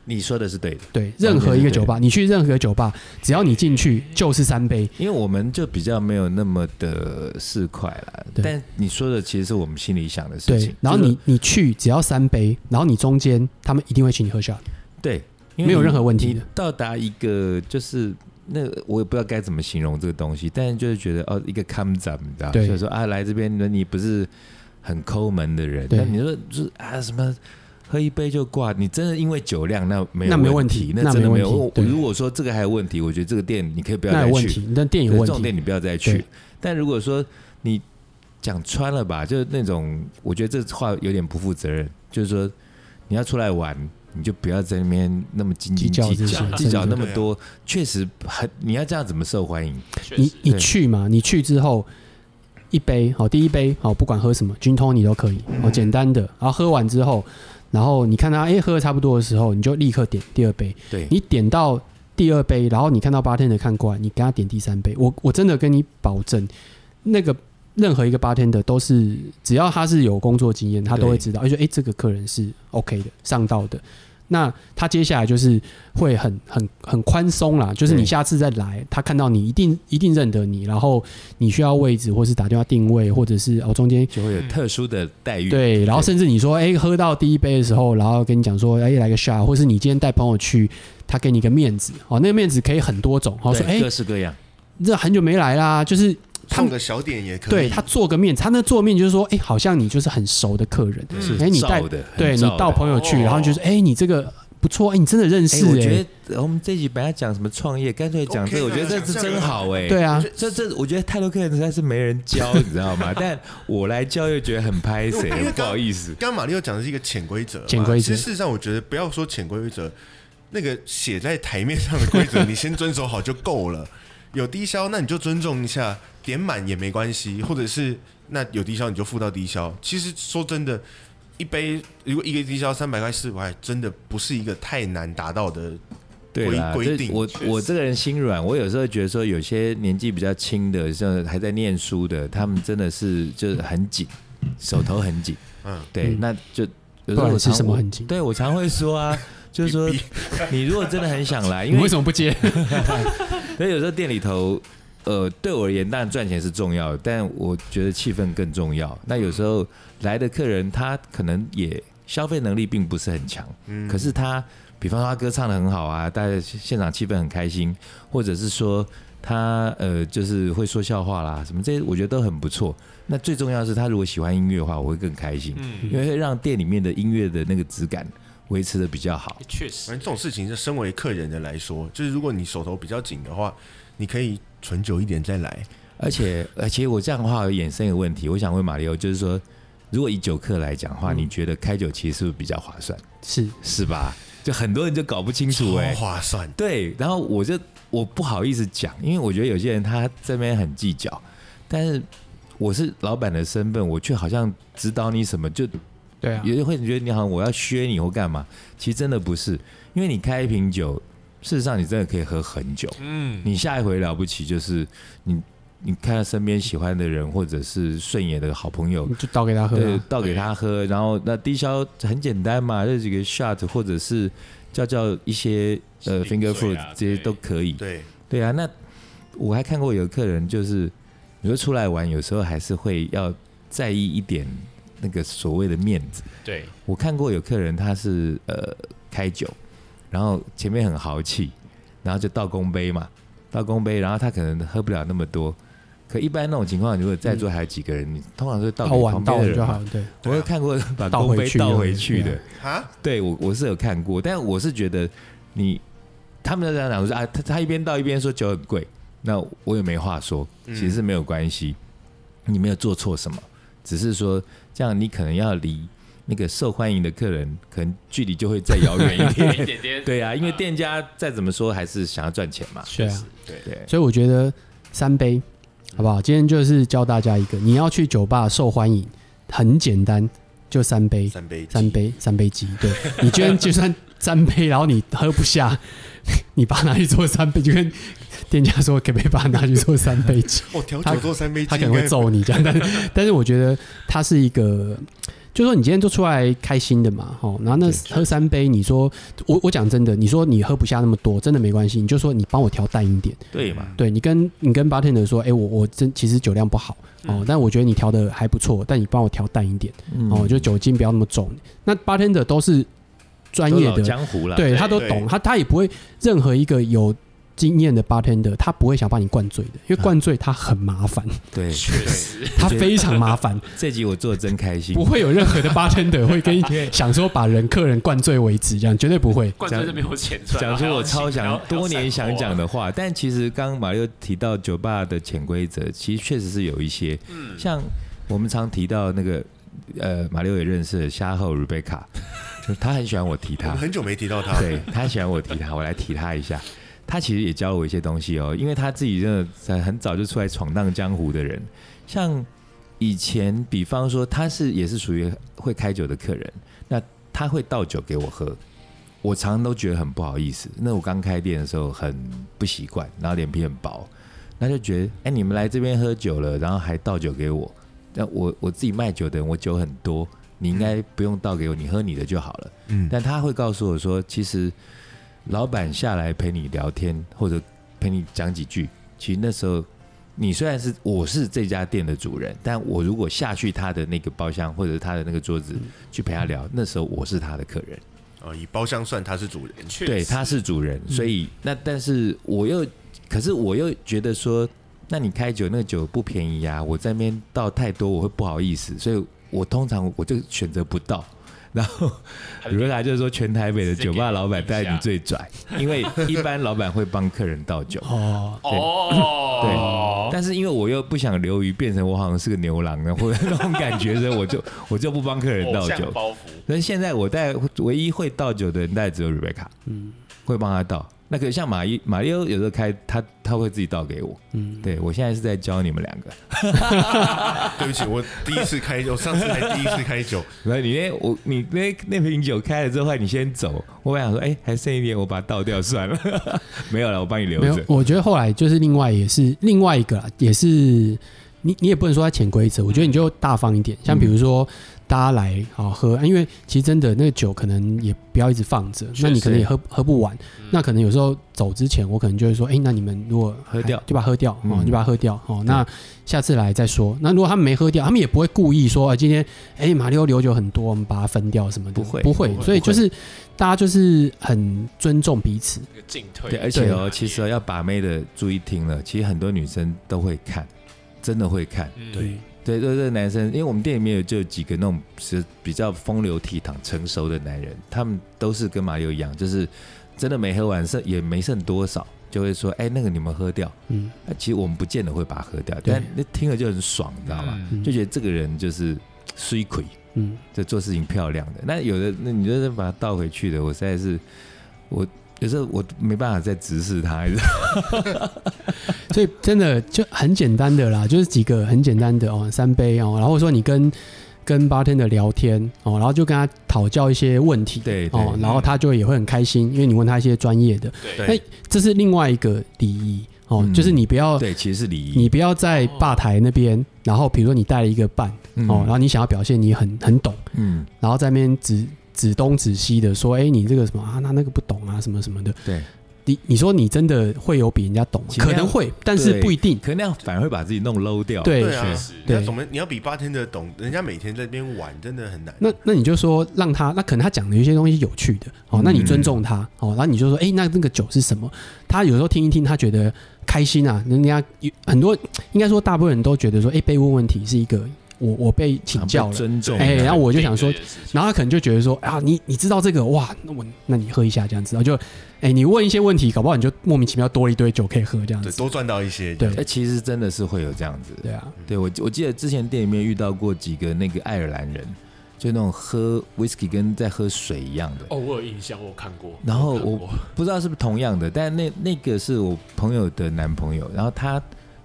你说的是对的，对任何一个酒吧，你去任何一个酒吧，只要你进去就是三杯，因为我们就比较没有那么的市侩啦。对但你说的其实是我们心里想的事对情。。然后就是你你去只要三杯，然后你中间他们一定会请你喝下，对，因为没有你任何问题你的到达一个就是那个我也不知道该怎么形容这个东西，但是就是觉得哦，一个 come up，你知道，对就是说啊，来这边你不是很抠门的人，对那你说就是啊什么。喝一杯就挂，你真的因为酒量那没有那没问题题，那真的那没有。问题我对如果说这个还有问题，我觉得这个店你可以不要那再有问去，题，那店有对问这种题店，你不要再去对。但如果说你讲穿了吧，就是那种，我觉得这话有点不负责任，就是说你要出来玩，你就不要在那边那么斤斤计较计这些较，真的计较那么多，确实很，你要这样怎么受欢迎？确你实你对去嘛，你去之后一杯好，第一杯好，不管喝什么，gin t o n 都可以，好简单的。然后喝完之后，然后你看他诶，喝的差不多的时候，你就立刻点第二杯。对，你点到第二杯，然后你看到 bartender 看过来，你跟他点第三杯。我我真的跟你保证，那个任何一个 bartender 都是，只要他是有工作经验，他都会对知道，而且诶，这个客人是 OK 的，上道的。那他接下来就是会很很很宽松啦，就是你对下次再来，他看到你一定一定认得你，然后你需要位置或是打电话定位，或者是哦中间就会有特殊的待遇。对，然后甚至你说，哎、喝到第一杯的时候，然后跟你讲说，哎、来个 shot，或是你今天带朋友去，他给你个面子，哦，那个面子可以很多种，哦，对，说，哎、各式各样，这很久没来啦，就是他送们个小点也可以。对他做个面子，他那做面就是说，哎、好像你就是很熟的客人，是哎你带照的，很对你照的到朋友去，哦然后就是，哎、你这个不错，哎、你真的认哎识、我哎、觉得呃我们这一集本来讲什么创业，干脆讲这个，我 OK 啊觉得这是真好哎。对啊，这这，我觉得太多客人实在是没人 教，你知道吗？但我来教又觉得很拍谁因为，不刚好意思。刚刚马里奥讲的是一个潜规则嘛，潜规则其实事实上，我觉得不要说潜规则，那个写在台面上的规 则，你先遵守好就够了。有低消，那你就尊重一下，点满也没关系，或者是那有低消你就付到低消。其实说真的，一杯如果一个低消三百块四百块，真的不是一个太难达到的。对啦，规这规定我确实我这个人心软，我有时候觉得说，有些年纪比较轻的，像还在念书的，他们真的是就是很紧，手头很紧。嗯对，嗯那就有时不候然我是常什么很紧对我常会说啊，就是说比比你如果真的很 想来，你因为为什么不接？所以有时候店里头，呃，对我而言，当然赚钱是重要的，但我觉得气氛更重要。那有时候来的客人，他可能也消费能力并不是很强，嗯可是他，比方说他歌唱的很好啊，大家现场气氛很开心，或者是说他呃，就是会说笑话啦，什么这些，我觉得都很不错。那最重要的是，他如果喜欢音乐的话，我会更开心，嗯，因为会让店里面的音乐的那个质感维持的比较好。确实反正这种事情，是身为客人的来说，就是如果你手头比较紧的话，你可以存久一点再来。而且，而且我这样的话有衍生一个问题，我想问马里奥，就是说，如果以酒客来讲的话，嗯你觉得开酒其实是不是比较划算，是是吧？就很多人就搞不清楚超哎、划算，对，然后我就我不好意思讲，因为我觉得有些人他这边很计较，但是我是老板的身份，我却好像指导你什么，就对啊，有人会觉得你好像我要削你或干嘛，其实真的不是，因为你开一瓶酒，事实上你真的可以喝很久，嗯，你下一回了不起就是你你看到身边喜欢的人或者是顺眼的好朋友你，就倒给他喝啊、对，倒给他喝，然后那低消很简单嘛，这几个 shot 或者是叫叫一些呃零 finger 嘴 food 啊这些对都可以。对，对啊，那我还看过有客人就是，你说出来玩，有时候还是会要在意一点那个所谓的面子。对，我看过有客人他是呃开酒，然后前面很豪气，然后就倒公杯嘛，倒公杯，然后他可能喝不了那么多。可一般那种情况，如果在座还有几个人，你通常是倒倒给完旁倒边的完人就嘛好，对，啊我有看过把倒公回杯去倒的回去对的啊，啊，对我我是有看过，但我是觉得你他们在讲，我说啊，他他一边倒一边说酒很贵，那我也没话说，其实是没有关系，你没有做错什么，只是说这样你可能要离那个受欢迎的客人，可能距离就会再遥远一一点。 点点，对啊，因为店家再怎么说还是想要赚钱嘛。是啊。对，所以我觉得三嗯杯，好不好？今天就是教大家一个，你要去酒吧受欢迎，很简单，就三杯，三杯鸡三，杯，三杯鸡。对你今天就算三杯，然后你喝不下， 你把它拿去做三杯，就跟店家说可不可以把它拿去做三杯鸡，哦，调他酒做三杯鸡，他可能会应该揍你这样。但是但是我觉得它是一个。就说你今天就出来开心的嘛，吼，然后那对喝三杯，你说我我讲真的，你说你喝不下那么多，真的没关系，你就说你帮我调淡一点，对嘛，对你跟你跟 bartender 说，哎、我我真其实酒量不好哦，但我觉得你调的还不错，但你帮我调淡一点、嗯哦，就酒精不要那么重。那 bartender 都是专都业老啊的，江湖了。对他都对懂，他他也不会任何一个有经验的 bartender，他不会想把你灌醉的，因为灌醉他很麻烦，对，确实， 他非常麻烦，这集我做的真开心 不。会有任何的 bartender 会 跟你想说把人客人灌醉为止，这样绝对不会。冠军这边有钱赚，讲出我超然后想还要多年想讲，的话，但其实刚刚马六提到酒吧的潜规则，其实确实是有一些，嗯，像我们常提到那个，呃，马六也认识的虾后 Rebecca，就是他很喜欢我提我他们，很久没提到他，对他喜欢我提他，我来提他一下。他其实也教了我一些东西哦，因为他自己真的在很早就出来闯荡江湖的人，像以前，比方说他是也是属于会开酒的客人，那他会倒酒给我喝，我常常都觉得很不好意思。那我刚开店的时候很不习惯，然后脸皮很薄，那就觉得哎，你们来这边喝酒了，然后还倒酒给我，那我我自己卖酒的人，我酒很多，你应该不用倒给我，你喝你的就好了。嗯，但他会告诉我说，其实老板下来陪你聊天或者陪你讲几句，其实那时候你虽然是我是这家店的主人，但我如果下去他的那个包厢或者是他的那个桌子去陪他聊，那时候我是他的客人，哦，以包厢算他是主人，确实嗯对，他是主人，所以那但是我又可是我又觉得说，那你开酒那个酒不便宜呀、我在那边倒太多我会不好意思，所以我通常我就选择不倒。然后如果他就是说全台北的酒吧老板带你最拽，因为一般老板会帮客人倒酒，哦，哦，但是因为我又不想流于变成我好像是个牛郎啊或者那种感觉，所以我就我就不帮客人倒偶酒像。包袱，但是现在我带唯一会倒酒的人，大概只有 Rebecca，嗯会帮他倒。那个像马一马里欧有时候开他他会自己倒给我。嗯，对我现在是在教你们两个。对不起，我第一次开，我上次才第一次开酒，然后你那我你那那瓶酒开了之后，你先走。我本来想说，哎、还剩一点，我把它倒掉算了。 没有了，我帮你留没有着，。我觉得后来就是另外也是另外一个啦，也是你你也不能说它潜规则，我觉嗯得你就大方一点，像比如说大家来好喝，啊因为其实真的那个酒可能也不要一直放着，确实那你可能也喝喝不完，嗯那可能有时候走之前我可能就会说，哎，那你们如果喝掉还就把它喝掉哦，嗯就把它喝掉哦，那下次来再说。那如果他们没喝掉，他们也不会故意说，哎，今天哎马里奥留酒很多，我们把它分掉什么的，不会不会不，会所以就是大家就是很尊重彼此，这个进退，对，而且对哦，其实哦要把妹的注意听了，其实很多女生都会看，真的会看。嗯，对，对，对，对，男生，因为我们店里面有就有几个那种是比较风流倜傥、成熟的男人，他们都是跟马友一样，就是真的没喝完剩也没剩多少，就会说：“哎，那个你们喝掉。嗯。那其实我们不见得会把它喝掉，对但那听了就很爽，你知道吗？嗯嗯就觉得这个人就是虽亏，嗯，就做事情漂亮的。那有的，那你就是把它倒回去的，我实在是我。有时候我没办法再直视他，你知道吗所以真的就很简单的啦，就是几个很简单的哦，三杯哦，然后说你跟跟 bartender 聊天哦，然后就跟他讨教一些问题，对对哦，然后他就也会很开心，因为你问他一些专业的，对哎，这是另外一个礼仪哦，嗯就是你不要对，其实是礼仪。你不要在吧台那边，然后比如说你带了一个伴嗯哦，然后你想要表现你很很懂，嗯，然后在那边指指东指西的说，哎，你这个什么啊，那那个不懂啊，什么什么的。对，你你说你真的会有比人家懂吗？其实可那能样会，但是对不一定。可能那样反而会把自己弄 low 掉。，对，对啊确实，你要对怎么你要比八天的懂，人家每天在那边玩真的很难。那那你就说让他，那可能他讲的有些东西有趣的，嗯哦，那你尊重他，哦，然后你就说，哎、那那个酒是什么？他有时候听一听，他觉得开心啊。人家有很多，应该说大部分人都觉得说，哎、被问问题是一个我我啊被请教了，尊重。哎、然后我就想说定这，件事情然后他可能就觉得说，啊，你你知道这个哇，那我那你喝一下这样子，然后就，哎、你问一些问题，搞不好你就莫名其妙多了一堆酒可以喝这样对，子，多赚到一些。对哎，其实真的是会有这样子的。对啊，对我我记得之前店里面遇到过几个那个爱尔兰人，就那种喝 whisky 跟在喝水一样的，哦，我有印象，我有看过。然后有看过不知道是不是同样的，但那那个是我朋友的男朋友，然后他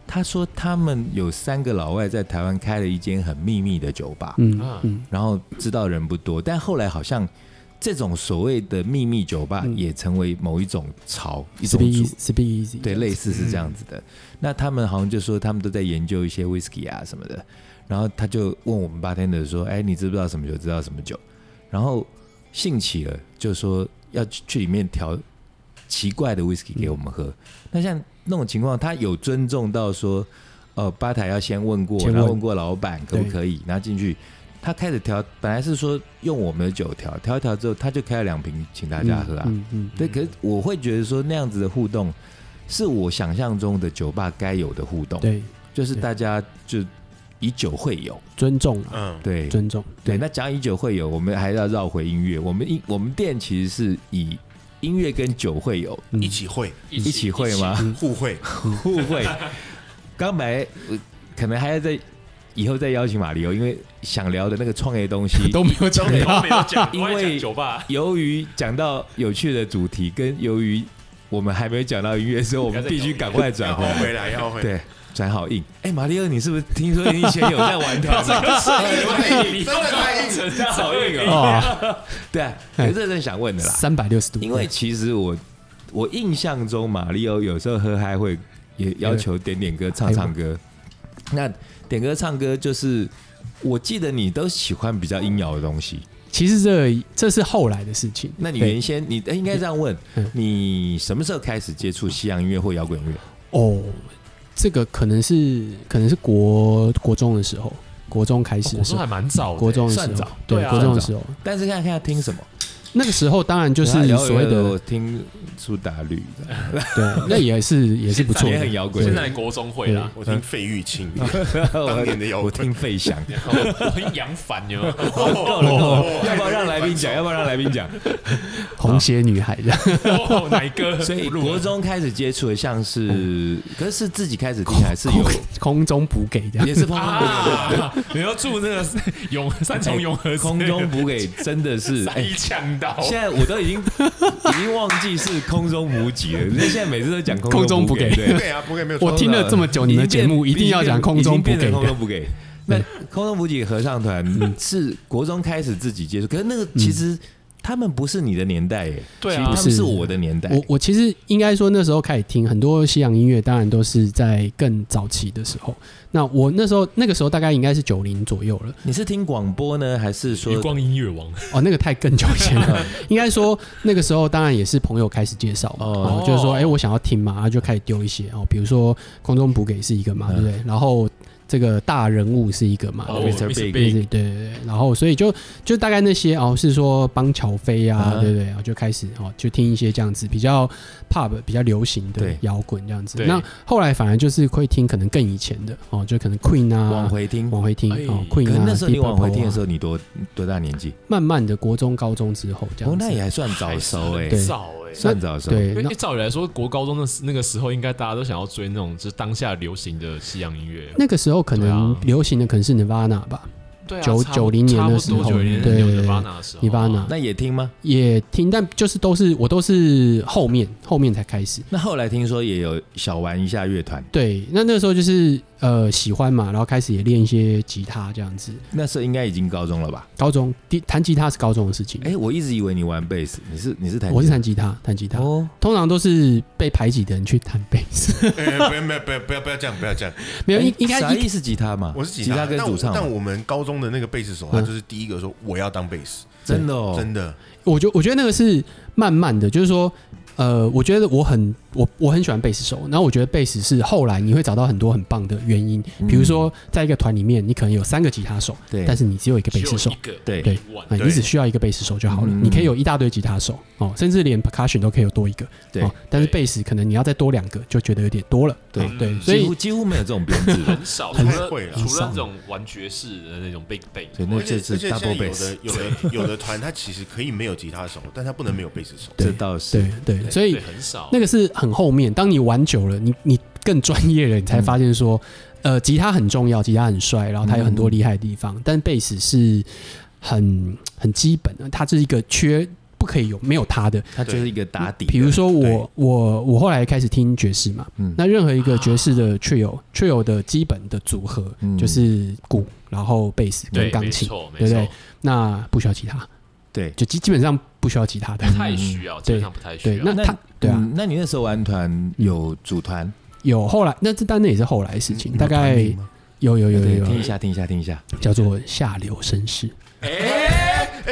他说他们有三个老外在台湾开了一间很秘密的酒吧，嗯啊嗯，然后知道人不多，但后来好像。这种所谓的秘密酒吧嗯也成为某一种潮、一是种 be 主 easy，是 be easy，对，类似是这样子嗯的。那他们好像就说他们都在研究一些 whisky 啊什么的，然后他就问我们 bartender 说：“哎，你知不知道什么酒？知道什么酒？”然后兴起了，就说要去去里面调奇怪的 whisky 给我们嗯喝。那像那种情况，他有尊重到说，呃，吧台要先问过，先问然后问过老板可不对可以，然后进去。他开始调，本来是说用我们的酒调，调一调之后，他就开了两瓶请大家喝啊。嗯嗯对，可是我会觉得说那样子的互动，是我想象中的酒吧该有的互动嗯，，对，就是大家就以酒会友，尊重啊，嗯，对尊重，对。那讲以酒会友，我们还要绕回音乐，我们音我们店其实是以音乐跟酒会友嗯一起会一一起会吗？？互惠， 互惠，刚买呃可能还要在以后再邀请马里欧，因为想聊的那个创业东西 都没有 讲都没都没有讲，因我也为讲酒吧，由于讲到有趣的主题，跟由于我们还没有讲到音乐，所以我们必须赶快转要回来。回来，要回来。对，转好硬。哎、马里奥，你是不是听说你以前有在玩团？真的太硬真的好硬哦啊，对啊，我是真的想问的啦，三百六十度，因为其实我我印象中马里奥有时候喝嗨会也要求点点歌唱唱歌，那点歌唱歌就是。我记得你都喜欢比较阴摇的东西，其实这这是后来的事情。那你对原先你哎应该这样问嗯，你什么时候开始接触西洋音乐或摇滚乐？哦，这个可能是可能是国国中的时候，国中开始我的时说候，哦还蛮早的，国中的时算候早，对对，啊国中的时候，但是看看要听什么，那个时候当然就是然后摇所谓摇摇我的听苏打绿的，对，那也是也是不错也的很，摇滚。现在国中会啦，我听费玉清，嗯当当年的摇滚 我听费翔。我很杨凡有没有够了够哦了， 要不要让来宾讲？要不要让来宾讲？红鞋女孩这样。哦，哪一个？所以不录国了中开始接触的像是，可是是自己开始听还是有， 空中补给这样也，是空中啊，你要住那个永三重永和寺哎空中补给，真的是三哎一。呛到，现在我都已经已经忘记是空中补给了，因为现在每次都讲空中补给。空中对，对啊，不过没有我听了这么久你们的节目已经变一定要讲空中补给已经变成空中补给。 那空中补给合唱团是国中开始自己接触，可是那个其实他们不是你的年代耶，对啊其实嗯他不们是是我的年代。我我其实应该说那时候开始听很多西洋音乐，当然都是在更早期的时候。那我那时候那个时候大概应该是九零左右了。你是听广播呢，还是余啊说光音乐王，哦，那个太更久以前 了。应该说那个时候当然也是朋友开始介绍嘛，哦哦、就是说，哎、我想要听嘛，然后就开始丢一些哦，比如说空中补给是一个嘛，嗯对不对？然后这个大人物是一个嘛，哦对不对 Mr. 啊对 Big 对对对，然后所以就就大概那些哦，是说帮乔飞啊，嗯对不对？然后就开始哦，就听一些这样子比较 pub 比较流行的对摇滚这样子。对那后来反而就是会听可能更以前的哦，就可能 Queen 啊，往回听？往回听哎哦可，Queen 是啊，那时候你 Deep 往回听 Purple 啊的时候，你多多大年纪？慢慢的国中、高中之后这哦样，子。那也还算早熟哎很，对早哎，算早熟。，对，因那为照理来说，国高中的那个时候，应该大家都想要追那种就是当下流行的西洋音乐。那个时候可能对啊流行的可能是 Nirvana 吧对啊，九差不90年的时候差不多九零年对有 Nirvana 的时候啊，Nirvana 哦那也听吗？也听，但就是都是我都是后面后面才开始。那后来听说也有小玩一下乐团，对，那那个时候就是呃喜欢嘛，然后开始也练一些吉他这样子。那时候应该已经高中了吧？高中第弹吉他是高中的事情，哎、我一直以为你玩贝斯，你是你是弹，我是弹吉他，弹吉他。哦，通常都是被排挤的人去弹贝斯， 哎不要不要不要不要不要这样，不要这样。没有哎应应该傻一义是吉他嘛？我是吉吉他跟但主我唱嘛，但我们高中的那个贝斯手，他嗯就是第一个说我要当贝斯，真的哦，真的。我觉我觉得那个是慢慢的，就是说，呃，我觉得我很我我很喜欢贝斯手，然后我觉得贝斯是后来你会找到很多很棒的原因，比如说在一个团里面，你可能有三个吉他手，嗯对，但是你只有一个贝斯手只有一，个对对一万啊，你只需要一个贝斯手就好了，嗯你可以有一大堆吉他手哦，甚至连 percussion 都可以有多一个，对哦，但是贝斯可能你要再多两个就觉得有点多了，对哦对，嗯所几以乎几乎没有这种编制 的，很少，除很了会啦除很了少那种玩爵士的那种 big band，对，那而这且而是且现在 double 有 bass，的有的有的团，他其实可以没有吉他手，但他不能没有贝斯手。这倒是对对，所以对很少。那个是很后面，当你玩久了，你你更专业了，你才发现说，嗯呃，吉他很重要，吉他很帅，然后它有很多厉害的地方，嗯但贝斯是很很基本的，它是一个缺不可以有没有它的。它就是一个打底嗯的，比如说对我我我后来开始听爵士嘛，嗯那任何一个爵士啊的 trio、trio 的基本的组合、嗯就是鼓，然后贝斯跟对，钢没琴，错，对不没错对，？那不需要吉他，对就基基本上不需要吉他的。不太需要，基本上不太嗯需对，要。那那他对啊，嗯那你那时候玩团有组团，有后来，那这但那也是后来的事嗯情，你有大概团名吗有有有对，有听一有，下，听一下，听一下，叫做下流绅士。哎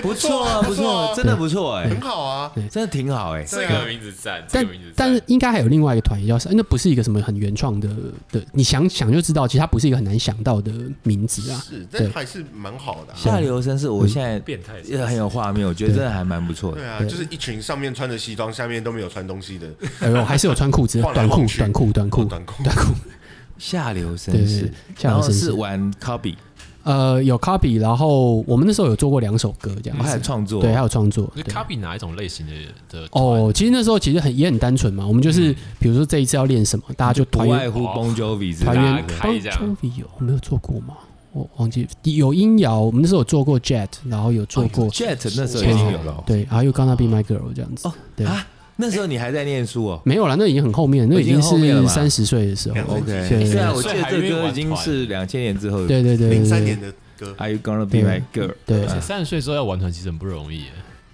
不错啊，不错啊，啊真的不错哎很，好啊。真的挺好哎，对这啊个名字赞，这但个名字赞但是应该还有另外一个团也叫是，那不是一个什么很原创的的，你想想就知道，其实它不是一个很难想到的名字啊。是，对 但还是蛮好的啊。下流绅士，我嗯现在变态也很有画面，我觉得真的还蛮不错对的。啊，就是一群上面穿着西装，下面都没有穿东西的哎呦，还是有穿裤子、晃来短裤晃、去短裤、短裤、短裤。短裤， 下流绅对对士对，，下然流后绅是士。玩 copy，呃，有 copy，然后我们那时候有做过两首歌这我样还有子，创作，嗯对，还有创作是，对 copy 哪一种类型的的团哦，其实那时候其实很也很单纯嘛，我们就是比如说这一次要练什么，大家就不团员外乎 Bon Jovi 之团类员大家的。开一下 Bon Jovi 有我没有做过吗？我忘记有音摇，我们那时候有做过 Jet，然后有做过、 Jet 那时候已经有了哦，对，还有 Gonna Be My Girl 这样子。哦对、啊那时候你还在念书哦。没有了，那已经很后面，那已经经后面了是吧三十岁的时候。哦 OK，对对啊，我记所以得还这没歌玩已经团是两千年之后。对对对零对哎三对年的歌， Are you gonna be my girl？啊对而且三十岁之后要玩团其实很不容易耶，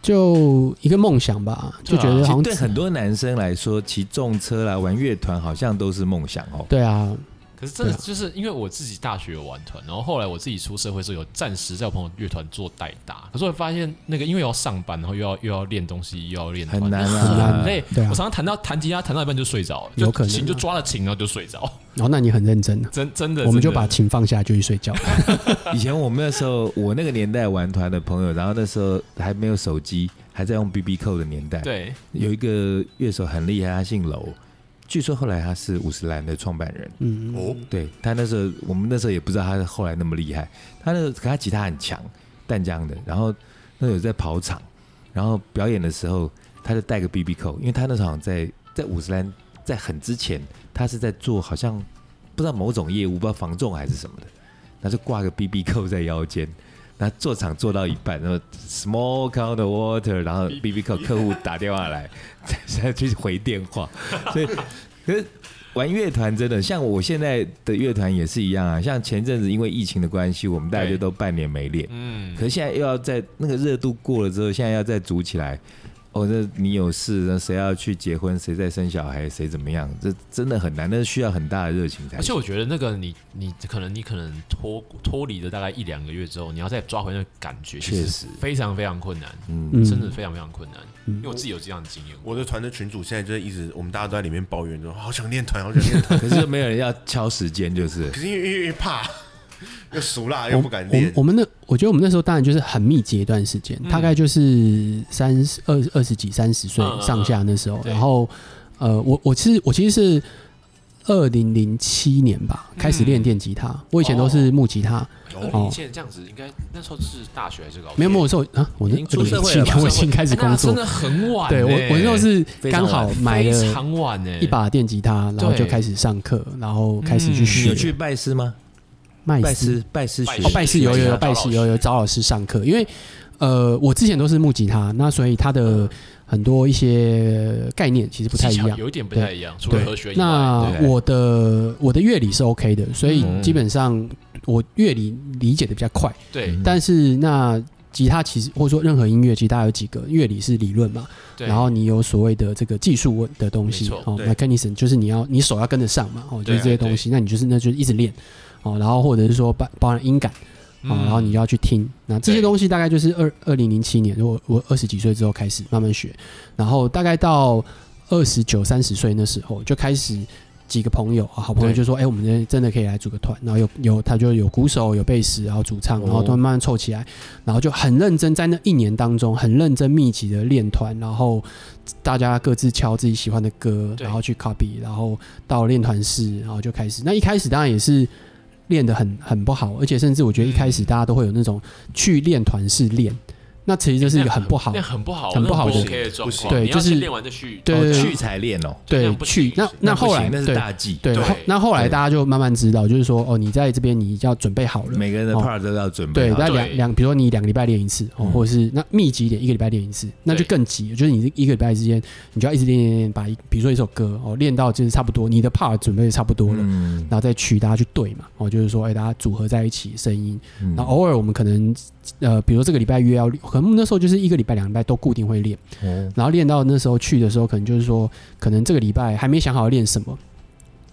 就一个梦想吧，就觉得好其实像对很多男生来说，骑重车啦、玩乐团，好像都是梦想 哦。对啊，可是真的对啊就是因为我自己大学有玩团，然后后来我自己出社会的时候有暂时在我朋友乐团做代打，可是我发现那个因为要上班，然后又要又要练东西，又要练团很难啊很很累。对啊我常常弹到弹吉他弹到一半就睡着了，就有可能啊琴就抓了琴然后就睡着，然后那你很认真啊真真的。我们就真的把琴放下就去睡觉。以前我们那时候，我那个年代玩团的朋友，然后那时候还没有手机，还在用 BB 扣的年代，，对有一个乐手很厉害，他姓楼，据说后来他是五十岚的创办人。嗯，哦，对他那时候，我们那时候也不知道他后来那么厉害。他那个可他吉他很强，淡江的。然后那有在跑场，然后表演的时候，他就带个 BB 扣，因为他那时候好像在在五十岚在很之前，他是在做好像不知道某种业务，不知道防重还是什么的，他就挂个 BB 扣在腰间。然后做场做到一半，然后 small count of water，然后 BB 扣客户打电话来， 再去回电话，所以可是玩乐团真的像我现在的乐团也是一样啊，像前阵子因为疫情的关系，我们大家就对都半年没练，嗯可，是现在又要在那个热度过了之后，现在要再组起来。哦，那你有事，那谁要去结婚，谁再生小孩，谁怎么样？这真的很难，那需要很大的热情才而且行。我觉得那个你你可能你可能脱脱离了大概一两个月之后，你要再抓回那个感觉，其确实实非常非常困难，嗯，嗯真的非常非常困难。因为我自己有这样的经验过，我的团的群主现在就一直，我们大家都在里面抱怨说，好想练团，好想练团， 可是没有人要敲时间，就是可是因为因为因为怕又熟啦，我哎又不敢我练们。我们那我觉得我们那时候当然就是很密集的一段时间，大概就是三十二二十几三十岁嗯嗯嗯上下那时候，对然后呃，我我其实我其实是二零零七年吧开始练电吉他，我以前都是木吉他，二零一七年这样子，应该那时候是大学还是高中？没有没有我说啊，我那已经出社零会七了吧年我已经开始工哎那作真，的很晚欸。对我我那时候是刚好买非了常晚欸呢，一把电吉他，然后对就开始上课，然后开始去嗯你有学去拜师吗？麦拜斯师，拜师学啊拜哦，拜师有有有拜拜师师有有找老师上课，因为呃，我之前都是木吉他，那所以它的很多一些概念其实不太一嗯技巧样。有一点不太一样，除了对和弦以外，嗯那对我的我的乐理是 OK 的，所以基本上我乐理理解的比较快。对但是那吉他其实或者说任何音乐，其实大家有几个乐理是理论嘛，对，然后你有所谓的这个技术的东没西错哦对，mechanism 就是你要你手要跟得上嘛，哦，就是这对些东西，那你就是那就一直练哦，然后或者是说包包含音感哦，嗯然后你要去听，那这些对东西大概就是二二零零七年，我我二十几岁之后开始慢慢学，然后大概到二十九三十岁那时候就开始。几个朋友，好朋友对就说：“哎、我们真真的可以来组个团。”然后有有，他就有鼓手，有贝斯，然后主唱，然后哦都慢慢凑起来，然后就很认真，在那一年当中，很认真密集的练团，然后大家各自敲自己喜欢的歌，对然后去 copy，然后到练团室，然后就开始。那一开始当然也是练得很很不好，而且甚至我觉得一开始大家都会有那种去练团室练，那其实这是一个很不好那。很不好，很不好的那 OK 的状况。对你要就是先练完再去，对哦对去对才练哦，那对样不行去那那不后来行那是对大忌，对对后那后来对大家就慢慢知道，就是说哦，你在这边你要准备好了，每个人的哦 part 都要准备对，好。那对两两，比如说你两个礼拜练一次，哦，嗯或者是那密集一点，一个礼拜练一次，那就对更急，就是你一个礼拜之间，你就要一直练练练练，把一比如说一首歌哦练到就是差不多，你的 part 准备的差不多了，嗯，然后再曲大家去对嘛，哦，就是说哎、大家组合在一起声音，嗯那偶尔我们可能呃，比如说这个礼拜约要，可能那时候就是一个礼拜两个礼拜都固定会练，哦然后练到那时候去的时候，可能就是说可能这个礼拜还没想好要练什么，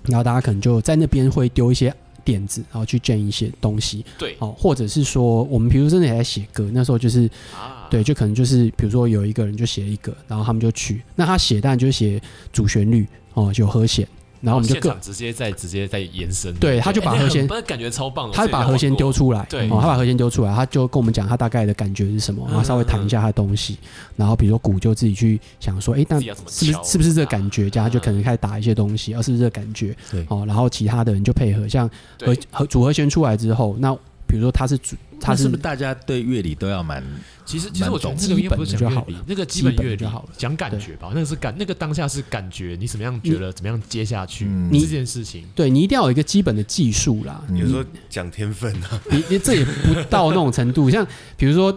然后大家可能就在那边会丢一些点子，然后去建一些东西。对哦，或者是说我们比如真的也在写歌，那时候就是啊，哦对，就可能就是比如说有一个人就写一个，然后他们就去，那他写当然就是写主旋律哦，有和弦，然后我们就现各场直接再直接再延伸，对，他就哎把那和很弦，棒感觉超棒的，他就把和弦丢出来，对哦，他把和弦丢出来，他就跟我们讲他大概的感觉是什么，然后稍嗯微弹一下他的东西，然后比如说鼓就自己去想说，哎，那自己是不是要怎么敲是不是这个感觉？啊这样他就可能开始打一些东西，而是不是这个感觉？对哦，然后其他的人就配合，像和对和组合弦出来之后，那比如说他是主，他那是是不是大家对乐理都要蛮其实其实我觉得蛮懂那个应该不是基讲本乐就好理了，那个基本基乐本理就好了讲感觉吧，那个是感，那个当下是感觉，你怎么样觉得，怎么样接下去嗯这件事情，对你一定要有一个基本的技术啦。有时候讲天分啊，你你这也不到那种程度，像比如说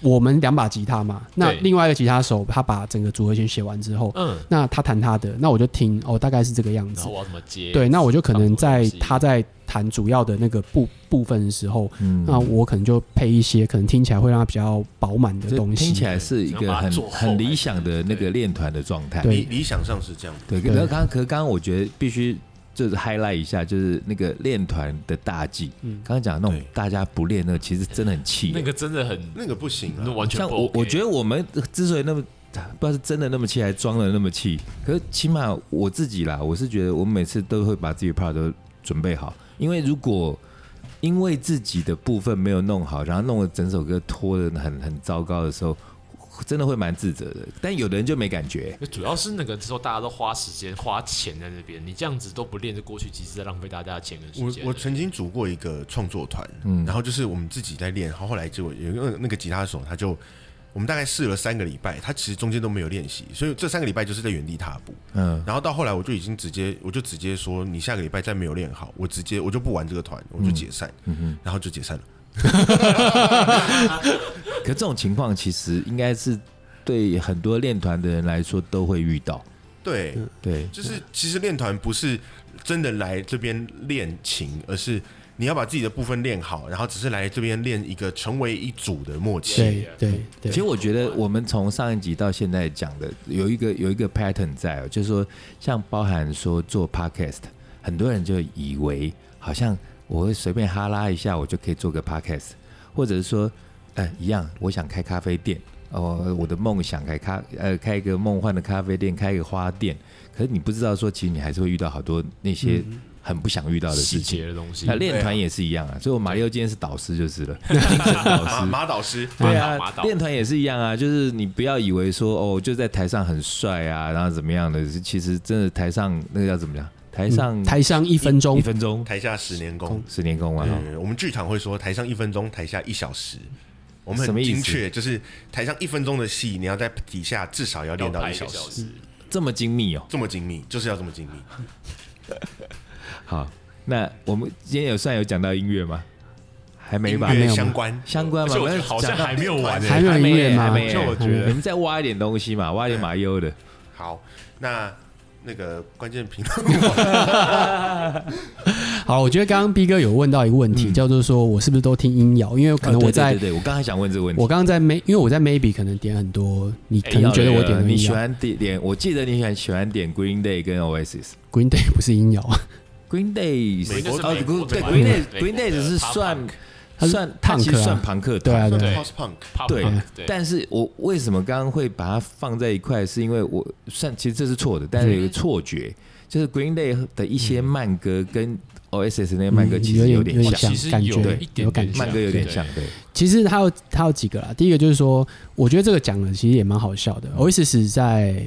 我们两把吉他嘛，那对另外一个吉他手他把整个组合弦写完之后，嗯，那他弹他的，那我就听哦，大概是这个样然子后。我要怎么接？对，那我就可能在放什么东西他在弹主要的那个部部分的时候，嗯那我可能就配一些可能听起来会让他比较饱满的这东听起西。来是一想个把它很做后很来理想的那个练团的状态。对理理想上是这样，对，对可是刚可是刚刚我觉得必须就是 highlight 一下，就是那个练团的大忌。嗯刚刚讲那种对大家不练那个，其实真的很气那人。个真的很，那个不行那啊。完全像不我，我觉得得我们之所以那么不知道是真的那么气，还是装的那么气，可是起码我自己啦，我是觉得我每次都会把自己的 part 都准备好，因为如果因为自己的部分没有弄好，然后弄得整首歌拖得很很糟糕的时候，真的会蛮自责的。但有的人就没感觉、主要是那个时候大家都花时间花钱在那边，你这样子都不练，这过去其实在浪费大家的钱跟时我间。我曾经组过一个创作团，嗯然后就是我们自己在练，然后后来结果有一个那个吉他手他就。我们大概试了三个礼拜，他其实中间都没有练习，所以这三个礼拜就是在原地踏步。嗯，然后到后来，我就已经直接，我就直接说，你下个礼拜再没有练好，我直接我就不玩这个团，我就解嗯散，然后就解散了。可这种情况其实应该是对很多练团的人来说都会遇到。对，对，就是其实练团不是真的来这边练琴，而是你要把自己的部分练好，然后只是来这边练一个成为一组的默契。对对对其实我觉得我们从上一集到现在讲的有一个有一个 pattern 在、哦，就是说像包含说做 podcast，很多人就以为好像我会随便哈拉一下，我就可以做个 podcast，或者是说，呃，一样，我想开咖啡店，哦，我的梦想开咖呃开一个梦幻的咖啡店，开一个花店，可是你不知道说，其实你还是会遇到好多那些很不想遇到的事细情。节的东西那，练团也是一样啊，所以我马六今天是导师就是了，精神导呃马师。马导师，对马啊导马，导练团也是一样啊，就是你不要以为说哦，就在台上很帅啊，然后怎么样的，其实真的台上那个叫怎么样？台上、嗯台上一分钟一，分钟，台下十年功。十年功啊，对，我们剧场会说，台上一分钟，台下一小时。我们什么很意思精确，就是台上一分钟的戏，你要在底下至少要练要到拍一一个小哦小时，时，这么精密哦。这么精密，就是要这么精密。好，那我们今天有算有讲到音乐吗？还没吧？没音乐有吗相关相关而吧？且我觉那得好像讲到还没有完欸，还没有音乐吗还没欸就我觉还没得有你们再挖一点东西嘛，挖一点马优的。好，那那个关键评论，好，我觉得刚刚 B 哥有问到一个问题，叫做说我是不是都听音摇？因为可能嗯哦我对在、对对对，我刚才想问这个问题我。刚刚在 May，因为我在 Maybe 可能点很多，你哎可能觉得我点啊要了的你音喜摇。欢点点，我记得你很喜欢点 Green Day 跟 Oasis。 Green Day 不是音 摇， Green Day 美国哦美国，Green- 对美 Green 国 Day 美国 Green Day 只是的 pop 算 punk 它是算，它 punk 其实啊算朋克对团。啊，对啊对 House Punk，怕对怕对，但是我为什么刚刚会把它放在一块，是因为我算其实这是错的，但是有一个错觉，嗯就是 Green Day 的一些慢歌跟 Oasis 那些慢歌嗯其实有点点像，其实感有觉一点有感点觉。慢歌有点对像，对，其实它有它有几个啦，第一个就是说，我觉得这个讲的其实也蛮好笑的。Oasis 嗯在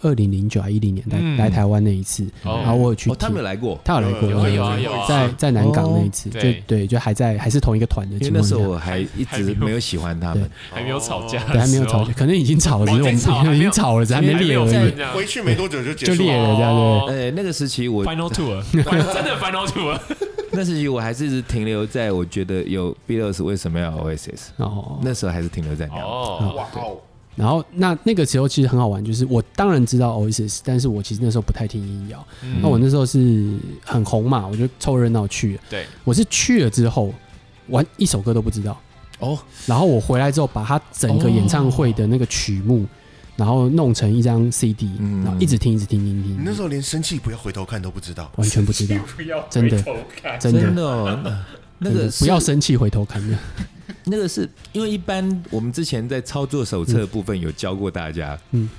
二零零九还啊一零年来、嗯来台湾那一次，哦然后我有去听、哦，他们有来过，他有来过，有啊对有啊对有啊在在南港那一次，哦就对对，就还在还是同一个团的因为情那况时下候，我还一还没直有没有喜欢他们，还没有吵架，对，还没有吵，可能已经吵了，只是我们哦吵，还已没有经吵了，只是还没列而还已分，这样回去没多久就结就束列了。了这样对不对。呃，那个时期我 Final Tour，真的 Final Tour， 那时期我还是一直停留在我觉得有 Beatles 为什么要有 Oasis，哦，那时候还是停留在那样，哦，哇哦，然后那那个时候其实很好玩，就是我当然知道 Oasis，但是我其实那时候不太听音摇。嗯那我那时候是很红嘛，我就凑热闹去了。对，我是去了之后，完一首歌都不知道哦。然后我回来之后，把他整个演唱会的那个曲目，哦然后弄成一张 CD，、嗯然后一直听，一直听，听你听，那时候连生气不要回头看都不知道，完全不知 道，不要真的回头看真的真的哦，那那真个的是不要生气，回头看。那个是因为一般我们之前在操作手册的部分有教过大家，嗯嗯，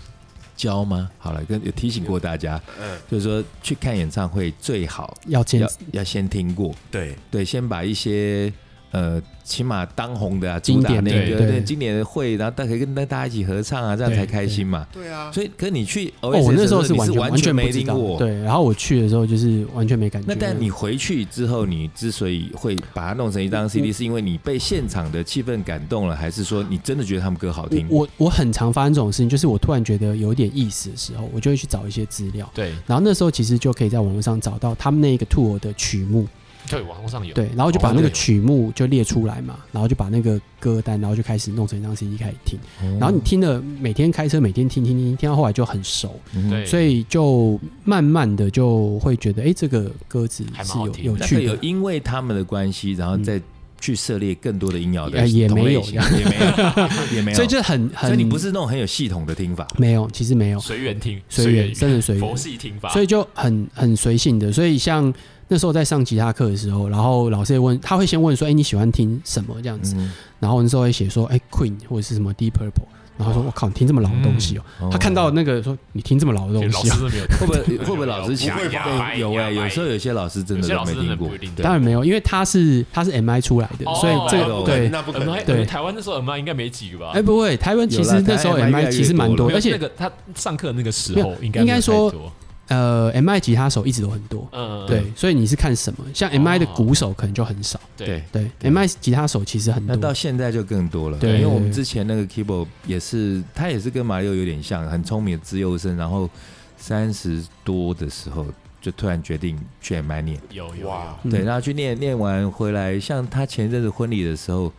教吗？好了，跟有提醒过大家，嗯，就是说去看演唱会最好要哦坚要要先听过，对，对，先把一些呃起码当红的啊，经主打典那对个对对经典的会，然后大家可以跟大家一起合唱啊，这样对才开心嘛。对啊，所以，可你去哦哦，我那时候是完完全全全不没知听道过，，对。然后我去的时候就是完全没感觉。那但你回去之后，你之所以会把它弄成嗯一张 CD，是因为你被现场的气氛感动了，还是说你真的觉得他们歌好听？我我我很常发生这种事情，就是我突然觉得有点意思的时候，我就会去找一些资料。对然后那时候其实就可以在网络上找到他们那一个 tour 的曲目，对，网络上有对，然后就把哦那个对曲目就列出来嘛，然后就把那个歌单，然后就开始弄成一张 CD 开始听，然后你听了每天开车每天听听听，听到后来就很熟，嗯对，所以就慢慢的就会觉得，哎，这个歌词还蛮是好有听的有那个趣有的，因为他们的关系，然后再去涉猎更多的音乐的呃也同没有类型也没有，也没有，所以就很很，所以你不是那种很有系统的听法，没有，其实没有，随缘听，随缘，真的随缘佛，系听法，所以以就很很随性的。所以像那时候在上吉他课的时候，然后老师也问，他会先问说，哎，你喜欢听什么这样子？嗯，然后那时候会写说，哎、q u e e n 或者是什么 Deep Purple，然后说，我靠，你听这么老的东西哦、嗯他看到那个说，你听这么老的东老西、师 哦，真的没有，会不会会不会老师不会吧对有哎，有时候有些老师真有的些都老没师真听的过不一，定当然没有，因为他是他是 MI 出来的，哦所以这个哦对，那不可我们能，对台湾那时候我们应该没几个吧？哎、不会，台湾其有啦实那时候台湾 MI MI 其实蛮多越的，没有而且那个他上课那个时候没有应该应没有该说太多，呃，MI 吉他手一直都很多。嗯，对，所以你是看什么？哦像 M I 的鼓手可能就很少，对，对，M I 吉他手其实很那到多，现在就更多了，对因为我们对之前那个 keyboard 也是，他也是跟马六有点像，很聪明的自由生，然后三十多的时候就突然决定去 M I 念，有有哇嗯有，对，然后去念念完回来，像他前一阵子婚礼的时候，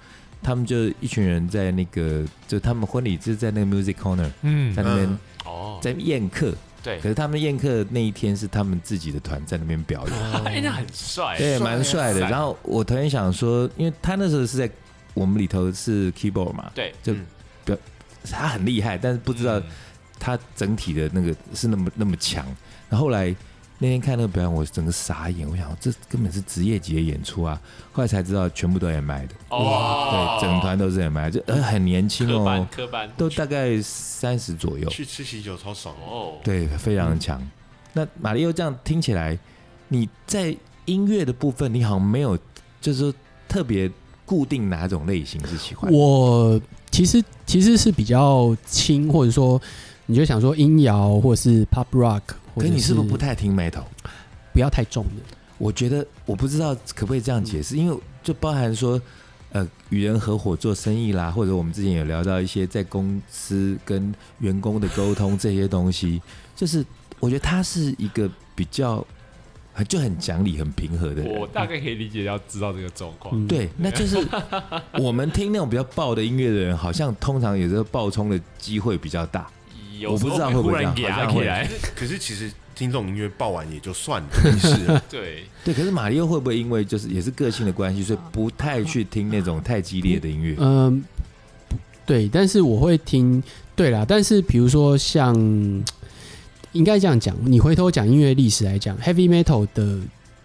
他们就一群人在那个，就他们婚礼就是在那个 music corner，嗯在那边、嗯哦，在宴客，对可，是他们宴客那一天是他们自己的团在那边表演。哦 哎，那很帅，对，蛮帅的。帅然后我突然想说，因为他那时候是在我们里头是 keyboard 嘛，对，就嗯表、他很厉害，但是不知道嗯他整体的那个是那么那么强。然后后来那天看那个表演，我整个傻眼，我想这根本是职业级的演出啊！后来才知道全部都 M I 的，哦，对，整团都是 M I，就、呃、很年轻科哦班，科班都大概三十左右，去吃喜酒超爽哦。哦，对，非常强。那马里奥这样听起来，你在音乐的部分，你好像没有，就是说特别固定哪种类型是喜欢的。我其实其实是比较轻，或者说你就想说音摇或者是 pop rock，或可者你是不是不太听 metal？不要太重的？我觉得我不知道可不可以这样解嗯释，因为就包含说，呃，与人合伙做生意啦，或者我们之前有聊到一些在公司跟员工的沟通这些东西，就是我觉得它是一个比较很就很讲理、很平和的人我。大概可以理解，要知道这个状嗯况。对，那就是 我们听那种比较爆的音乐的人，好像通常也是爆冲的机会比较大。有我时不候知道会不忽会然这给样他好像起会 来，可是其实听这种音乐爆完也就算了，没事了。对，对，可是马里奥会不会因为就是也是个性的关系，所以不太去听那种太激烈的音乐？嗯、对，但是我会听，对啦，但是比如说像，应该这样讲，你回头讲音乐历史来讲，heavy metal 的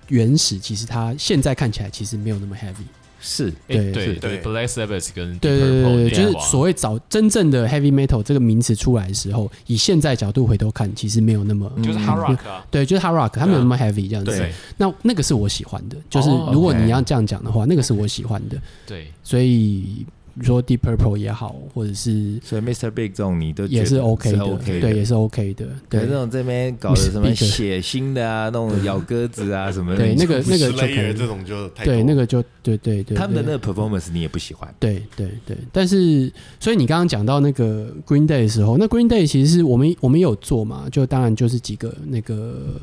原始，其实它现在看起来其实没有那么 heavy。是哎对对是对对，Black Sabbath 跟对对 Deep 对对， Purple 就是那样啊所谓早真正的 heavy metal 这个名词出来的时候，以现在角度回头看，其实没有那么。就是嗯 Hard Rock 啊，对，就是 hard rock，它没有那么 heavy 这样子对。那那个是我喜欢的，就是哦如果 OK 你要这样讲的话，那个是我喜欢的。对，所以你说 Deep Purple 也好，或者是所以 Mr. Big 这种你都觉也得是 OK 是的， OK 对，也的。是 OK 的，可对是那种这边搞的什么 Mr. Big 血腥的啊，那种咬鸽子啊什么的，对，那个那个就可 Slayer 这以，种就太多对，那个就对对对，他们的对啊那个 performance 你也不喜欢。对对对，但是所以你刚刚讲到那个 Green Day 的时候，那 Green Day 其实是我们我们有做嘛，就当然就是几个那个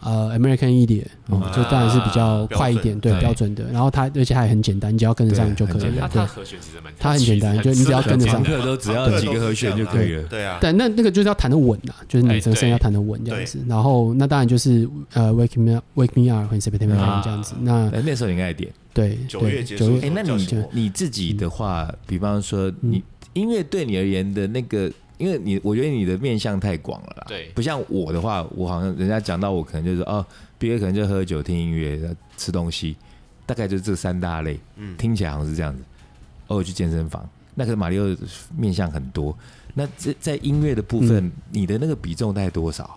呃 American Idiot，、哦啊嗯就当然是比较快一点，啊对对标准的，然后它而且还很简单，你只要跟得上就可以对很简了他，对他。和弦其实蛮，它很简单其实就你只要跟得上整个都只啊要对几个和弦就可以了。对啊，但那那个就是要弹的稳啊，就是哎你整个声音要弹的稳这样子。然后那当然就是呃，Wake Me Up，Wake Me Up，和 September 啊 Rain 这样子。那哎，那时候你爱点。对九对月结九束月的时 哎候那你叫什么？你自己的话，比方说你音乐对你而言的那个，因为你我觉得你的面向太广了啦。对不像我的话，我好像人家讲到我可能就是哦，毕业可能就喝酒、听音乐、吃东西，大概就这三大类。嗯听起来好像是这样子。偶尔去健身房，那可是马里奥面向很多。那这在音乐的部分，你的那个比重大概多少？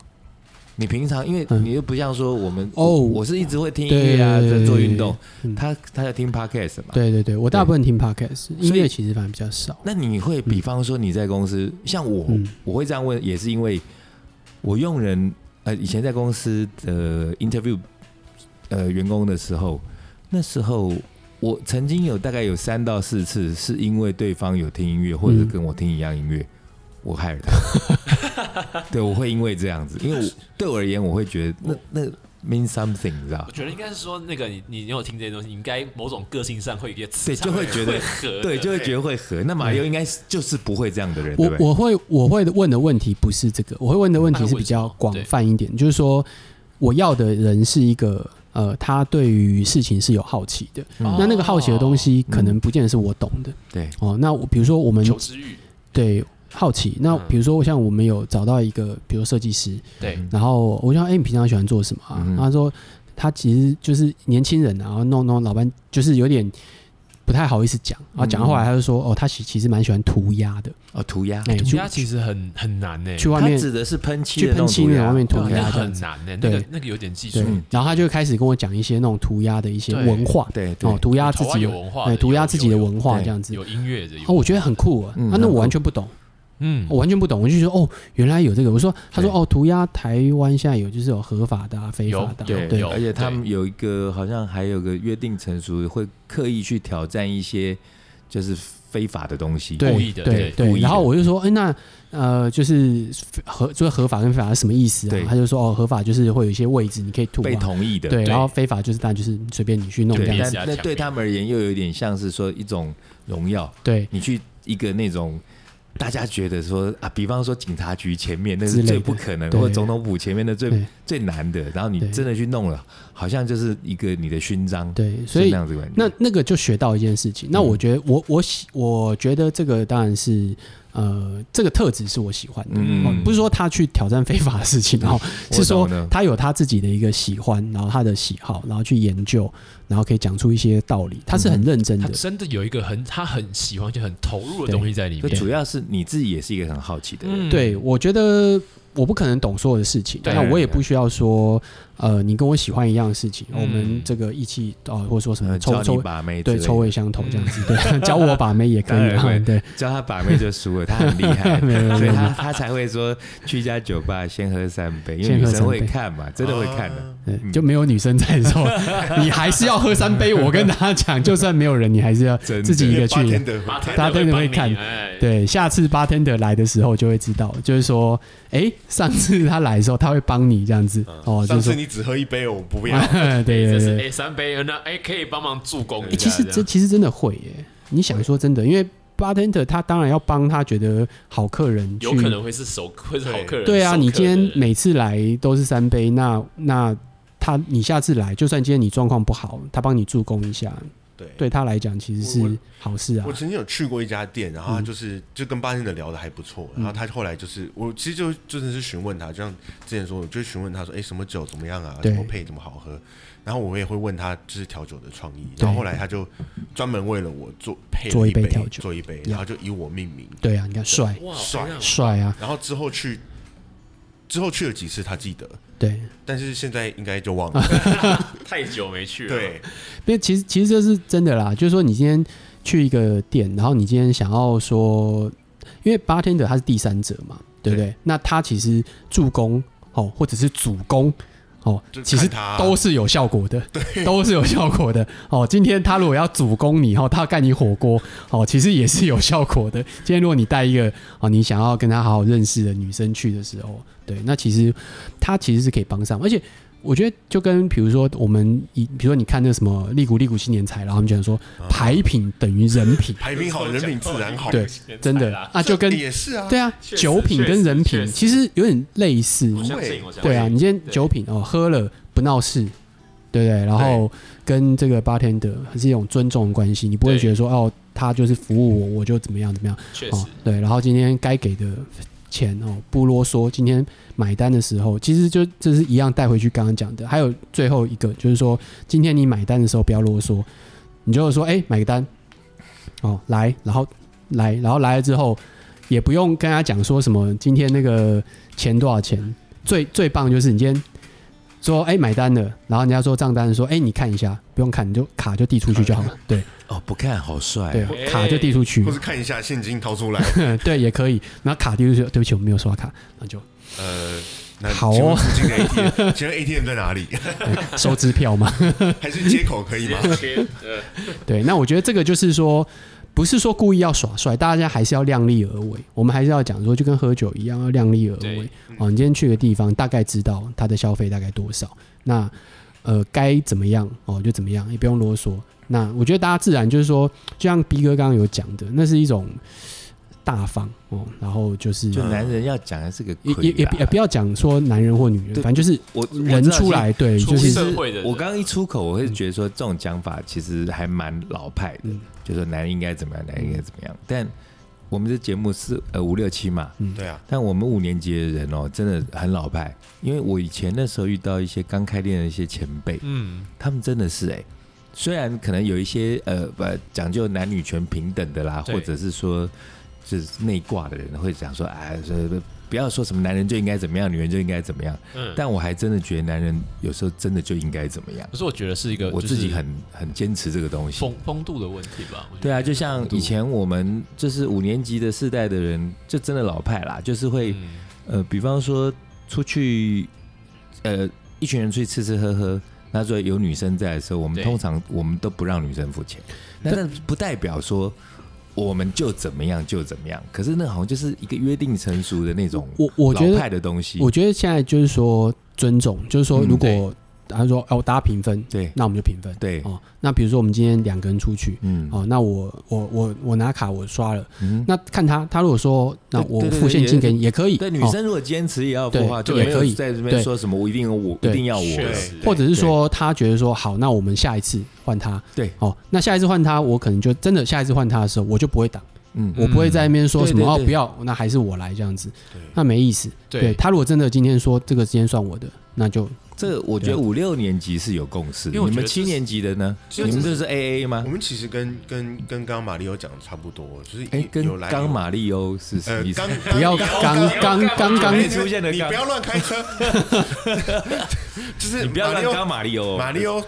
你平常因为嗯你又不像说我们哦我我是一直会听音乐啊，对在做运动，嗯他他在听 podcast 嘛。对对对，我大部分听 podcast，音所以乐其实反而比较少。那你会比方说你在公司，像我，嗯我会这样问，也是因为我用人呃，以前在公司的 interview 呃员工的时候，那时候我曾经有大概有三到四次是因为对方有听音乐，或者是嗯跟我听一样音乐，我害了他。 对，我会因为这样子，因为我对我而言，我会觉得那那 mean something，你知道我？觉得应该是说，那个你你有听这些东西，你应该某种个性上会有一些磁对，场就会觉得合的对，就会觉得会合。那马友应该是就是不会这样的人，对我不对？我会我会问的问题不是这个，我会问的问题是比较广泛一点，就是说我要的人是一个呃，他对于事情是有好奇的，嗯那那个好奇的东西可能不见得是我懂的对，哦。那我比如说我们求知欲，对好奇，那嗯比如说像我们有找到一个，比如设计师，对嗯然后我就说，哎、你平常喜欢做什么啊？嗯然后他说他其实就是年轻人啊，然后弄弄老板就是有点。不太好意思讲，然后讲到后嗯来他就说，哦，他其其实蛮喜欢涂鸦的，哦，涂鸦。哎、涂去鸦其实很很难呢，去外它面指的是喷漆去的那喷种漆涂那鸦，种外面涂涂鸦这鸦很样子。难欸呢，那对个那个有点技术对，嗯，然后他就开始跟我讲一些那种涂鸦的一些对文化，对对哦，涂鸦自台湾己有的文化的哎，涂鸦有自己的有文化对这样子。有音乐的，有哦，我觉得很酷啊！嗯啊，很那酷我完全不懂，嗯我完全不懂。我就觉得哦，原来有这个。我说，他说对哦，涂鸦台湾现在有，就是有合法的、啊、非法的啊、有对有而且他们有一个好像还有个约定成熟，会刻意去挑战一些就是非法的东西。故对意的对对故对。意的然后我就说，哎，那呃，就是合就是合法跟非法是什么意思对啊？他就说哦，合法就是会有一些位置你可以涂被啊，同意的。对。对然后非法就是当然就是随便你去弄对这样但子，子那对他们而言又有点像是说一种荣耀，对你去一个那种。大家觉得说啊，比方说警察局前面那之是类的最不可能，对或者总统府前面的最对最难的，然后你对真的去弄了，好像就是一个你的勋章，对。所是以那样嗯子的感觉。那那个就学到一件事情。那我觉得我我喜我觉得这个当然是呃，这个特质是我喜欢的。嗯哦不是说他去挑战非法的事情 哦，我是说懂的他有他自己的一个喜欢，然后他的喜好，然后去研究，然后可以讲出一些道理，他是很认真他的。真的有一个很他很喜欢就很投入的东西在里就面，主要是你自己也是一个很好奇的人，嗯对，我觉得我不可能懂所有的事情，对那我也不需要说，呃，你跟我喜欢一样的事情，嗯我们这个一起啊，或者说什么呃臭教臭你把妹之类对的，臭味相投这样 子，对，教我把妹也可以当啊，然对。教他把妹就输了，他很厉害， 没有没有所以他他才会说去一家酒吧先喝三杯，因为先女喝生三会杯看嘛，真的会看的。对，就没有女生在的时候，你还是要喝三杯。我跟大家讲，就算没有人，你还是要真的自己一个去。的马天大家都真的会会帮你看哎对，下次 bartender 来的时候就会知道，就是说，哎，上次他来的时候，他会帮你这样子 嗯哦，上就是说次啊你只喝一杯，我 不要。对对这是对，哎三杯，那哎可以帮忙助攻一其下实这这样。其实真的会耶。你想说真的，因为 bartender 他当然要帮他觉得好客人去有可能会是熟，会是好客人。对啊，熟你客今天的每次来都是三杯，那那他你下次来，就算今天你状况不好，他帮你助攻一下，对对他来讲其实我是好事啊嗯我。曾经有去过一家店，然后他就是、就跟八天的聊的还不错，然后他后来就是我其实就真的是询问他，就像之前说，我就询问他说，哎、什么酒怎么样啊，对怎么配怎么好喝，然后我也会问他就是调酒的创意，对然后后来他就专门为了我做配了做一杯杯调酒做一杯， Yeah 然后就以我命名，对啊，你看帅哇帅哎呀帅啊，然后之后去之后去了几次他记得，对，但是现在应该就忘了， 太久没去了，对，因为其实其实这是真的啦，就是说你今天去一个店，然后你今天想要说，因为 bartender 他是第三者嘛，对不对？那他其实助攻哦，或者是主攻哦就，其实看他，都是有效果的，嗯都是有效果的哦。今天他如果要主攻你哦，他要干你火锅哦，其实也是有效果的。今天如果你带一个哦，你想要跟他好好认识的女生去的时候，对，那其实他其实是可以帮上，而且我觉得就跟比如说我们以比如说你看那个什么利古利古新年财，然后他们讲说啊牌品等于人品排名好，人品自然好，对，真的啊，就跟也是啊，对啊，确实酒品跟人确品实其实有点类似，我相信，我相信。对啊，你今天酒品哦喝了不闹事。对不对？然后跟这个 bartender 是一种尊重的关系，你不会对觉得说哦，他就是服务我，我就怎么样怎么样。确哦实，，对，然后今天该给的钱哦不啰嗦，今天买单的时候，其实就这是一样带回去刚刚讲的。还有最后一个就是说，今天你买单的时候不要啰嗦，你就说哎、买个单，哦来，然后来，然后来了之后也不用跟他讲说什么今天那个钱多少钱，最最棒就是你今天。说哎、买单了，然后人家说账单说哎、你看一下，不用看，你就卡就递出去就好了。对哦，不看好帅对哦，哎卡就递出去或。是看一下现金掏出来， 对，也可以。然后卡丢就说对不起，我没有刷卡，然后就呃，那好请问哦附近的 ATM，请问 ATM 在哪里？ 哎收支票嘛。 还是接口可以吗？切呃对，那我觉得这个就是说，不是说故意要耍帅，大家还是要量力而为。我们还是要讲说，就跟喝酒一样，要量力而为对。哦，你今天去个地方，大概知道它的消费大概多少，那呃该怎么样哦就怎么样，也不用啰嗦。那我觉得大家自然就是说，就像逼哥刚刚有讲的，那是一种大方哦，然后就是就男人要讲的是个也也也不也不要要讲说男人或女人，对反正就是我人出。来，对，出就是社会的人，我刚刚一出口，我会觉得说这种讲法其实还蛮老派的，嗯就说男人应该怎么样，男人应该怎么样。但我们这节目是呃五六七嘛，对啊，但我们五年级的人哦，真的很老派。因为我以前那时候遇到一些刚开店的一些前辈，嗯，他们真的是哎、虽然可能有一些呃不讲究男女权平等的啦，对或者是说就是内挂的人会讲说，哎，这不要说什么男人就应该怎么样，女人就应该怎么样。嗯但我还真的觉得男人有时候真的就应该怎么样。可是我觉得是一个我就自己是很很坚持这个东西风。风度的问题吧。我觉得对啊，就像以前我们就是五年级的世代的人，就真的老派啦，就是会、嗯呃，比方说出去，呃，一群人出去吃吃喝喝，那时候有女生在的时候，我们对通常我们都不让女生付钱，那但不代表说我们就怎么样就怎么样，可是那好像就是一个约定成熟的那种我我觉老得派的东西，我觉得现在就是说尊重，就是说嗯如果对他说哦大家平分，对那我们就平分。对，哦，那比如说我们今天两个人出去，嗯，哦，那我我我我拿卡我刷了，嗯那哦看他他如果说那对我对对付现金也给你也可以，对，女哦生如果坚持也要付对的话，就对没有可以在这边对说什么我一定我一对定要我确了，实或者是说他觉得说好，那我们下一次换他，对，哦，那下一次换他，我可能就真的下一次换他的时候，我就不会挡，嗯，我不会在那边说对什么对哦对不要，那还是我来这样子，对那没意思。对对，他如果真的今天说这个今天算我的，那就这个我觉得五六年级是有共识的，因为我你觉们得七这是年级的呢？就你们是这是 A A 吗我？们其实跟跟跟刚刚马里奥讲的差不多，就是哎，跟有来有刚马里欧是什呃么意思刚？不要刚刚刚刚刚哎出现的你刚不要乱开车， 就是你不要马里让刚奥马里欧，马里奥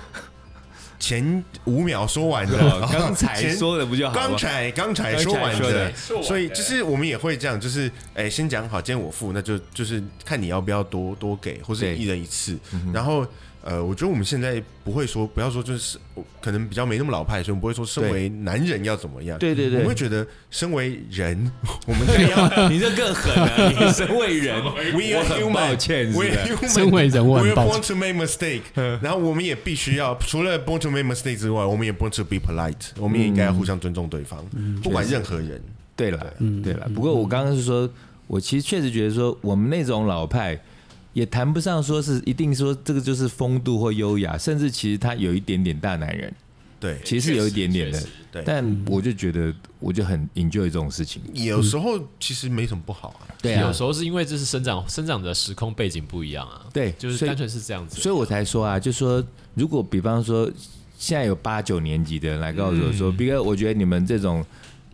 前五秒说完的，哦然后 刚才前说的不就好刚吗？才刚才说完刚才说的的，所以就是我们也会这样，就是哎、先讲好，今天我付，那就就是看你要不要多多给，或是对一人一次。然后呃，我觉得我们现在不会说，不要说就是我可能比较没那么老派，所以我们不会说身为男人要怎么样。对对我们对会，觉得身为人，我 们该要你这更狠了，你身为 人， we 我 are 很 human，抱歉，是不 we 是 are human，身为人我 we 很 are 抱歉嗯 born to make mistake，然后我们也必须要除了 born to make mistake 之外，我们也 born to be polite，我们也应该要互相尊重对方，嗯不管任何人。对了，嗯对了。不过我刚刚是说，我其实确实觉得说，我们那种老派也谈不上说是一定说这个就是风度或优雅，甚至其实他有一点点大男人，对，其实有一点点的确实。对但我就觉得，我就很 enjoy 这种事情。有时候其实没什么不好啊。对 有时候是因为这是生长生长的时空背景不一样啊，对就是所以单纯是这样子。所以我才说啊，就说如果比方说现在有八九年级的人来告诉我说，斌、哥，我觉得你们这种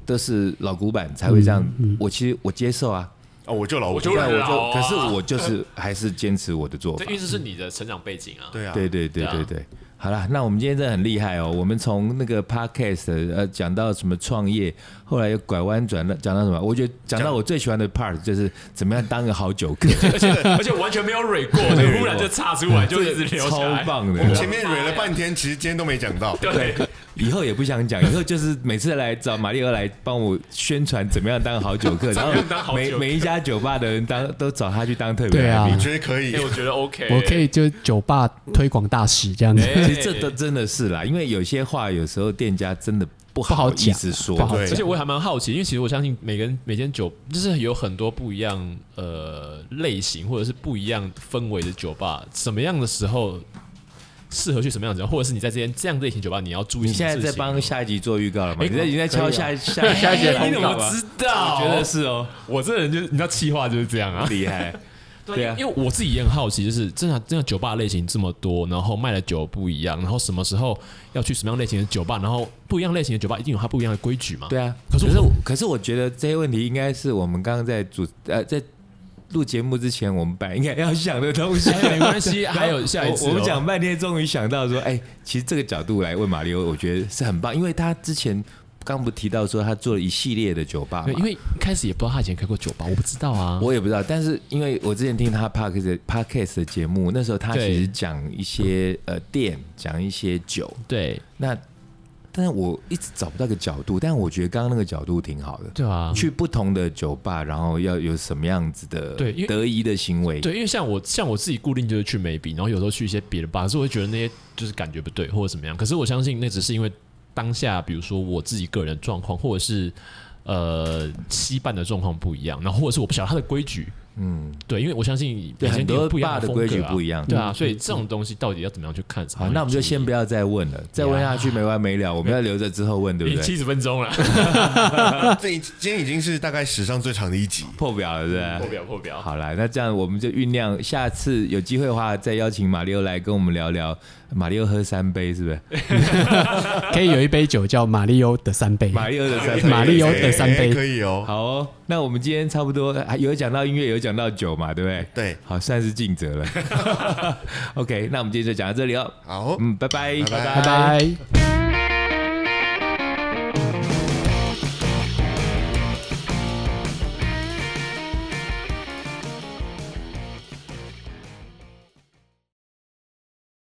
都是老古板才会这样，我其实我接受啊，哦，我就老，我就但我老就啊可是我就是还是坚持我的做法这。因为这是你的成长背景啊，对啊，对对对对啊对对。好啦，那我们今天真的很厉害哦。我们从那个 podcast 呃讲到什么创业，后来又拐弯转了，讲到什么？我觉得讲到我最喜欢的 part 就是怎么样当个好酒客，而且 而且完全没有蕊过，就忽然就岔出来， 就一直流超下来。棒的。我们前面蕊了半天，其实今天都没讲到。对，以后也不想讲，以后就是每次来找马里奥来帮我宣传怎么样当好酒客，然 怎么样当后好酒每客每一家酒吧的人当都找他去当特别对来啊宾。，你觉得可以哎，？我觉得 OK，我可以就酒吧推广大使这样子。哎其实这都真的是啦，因为有些话有时候店家真的不不好好意讲啊思说不，好对而且我还蛮好奇，因为其实我相信每个人每间酒就是有很多不一样呃类型或者是不一样氛围的酒吧，什么样的时候适合去什么样的酒吧，或者是你在这间这样类型酒吧你要注意你什现么在事情。在帮下一集做预告了吗？哎你在已经在敲可以啊下下下一集的哎你通怎告么吗？知道？我觉得是 哦，我这人就是你知道气话就是这样啊。厉害。对啊因为我自己也很好奇，就是真的真的酒吧类型这么多，然后卖的酒不一样，然后什么时候要去什么样类型的酒吧，然后不一样类型的酒吧一定有它不一样的规矩嘛。对啊，可可是是可是我我可是我觉得这些问题应该是我们刚刚在主呃在录节目之前，我们本来应该要想的东 西。哎，没关系，还有下一次哦、我我们讲半天，终于想到说，哎、其实这个角度来问马里欧，我觉得是很棒，因为他之前刚不提到说他做了一系列的酒吧对，因嘛。为一开始也不知道他以前开过酒吧，我不知道啊。我也不知道，但是因为我之前听他 podcast 的 podcast 的节目，那时候他对其实讲一些呃店，讲一些酒，对那但是我一直找不到个角度，但我觉得刚刚那个角度挺好的，对啊，去不同的酒吧，然后要有什么样子的对因为得宜的行为，对，因为像我像我自己固定就是去眉笔，然后有时候去一些别的吧，可是我会觉得那些就是感觉不对或者怎么样。可是我相信那只是因为当下，比如说我自己个人的状况，或者是呃西办的状况不一样，然后或者是我不晓得它的规矩。嗯，对，因为我相信对每间很店多有不一样 bar 的风规格矩啊不一样对啊，所以这种东西到底要怎么样去看？好，那我们就先不要，要再问了，再问下去没完没了，我们要留着之后问，对已不对？经七十分钟了，这一今天已经是大概史上最长的一集。破表了，对 不破对？表破表。好啦，那这样我们就酝酿，下次有机会的话，再邀请马里奥来跟我们聊聊。马里奥喝三杯是不哎是？可以有一杯酒叫马里欧的三杯，马里奥的三杯。马里欧的三哎杯可以哦。好哦，那我们今天差不多还有讲到音乐，有讲到酒嘛，对不对？对好，算是尽责了。OK，那我们今天就讲到这里哦。好，嗯，拜拜，拜拜拜拜。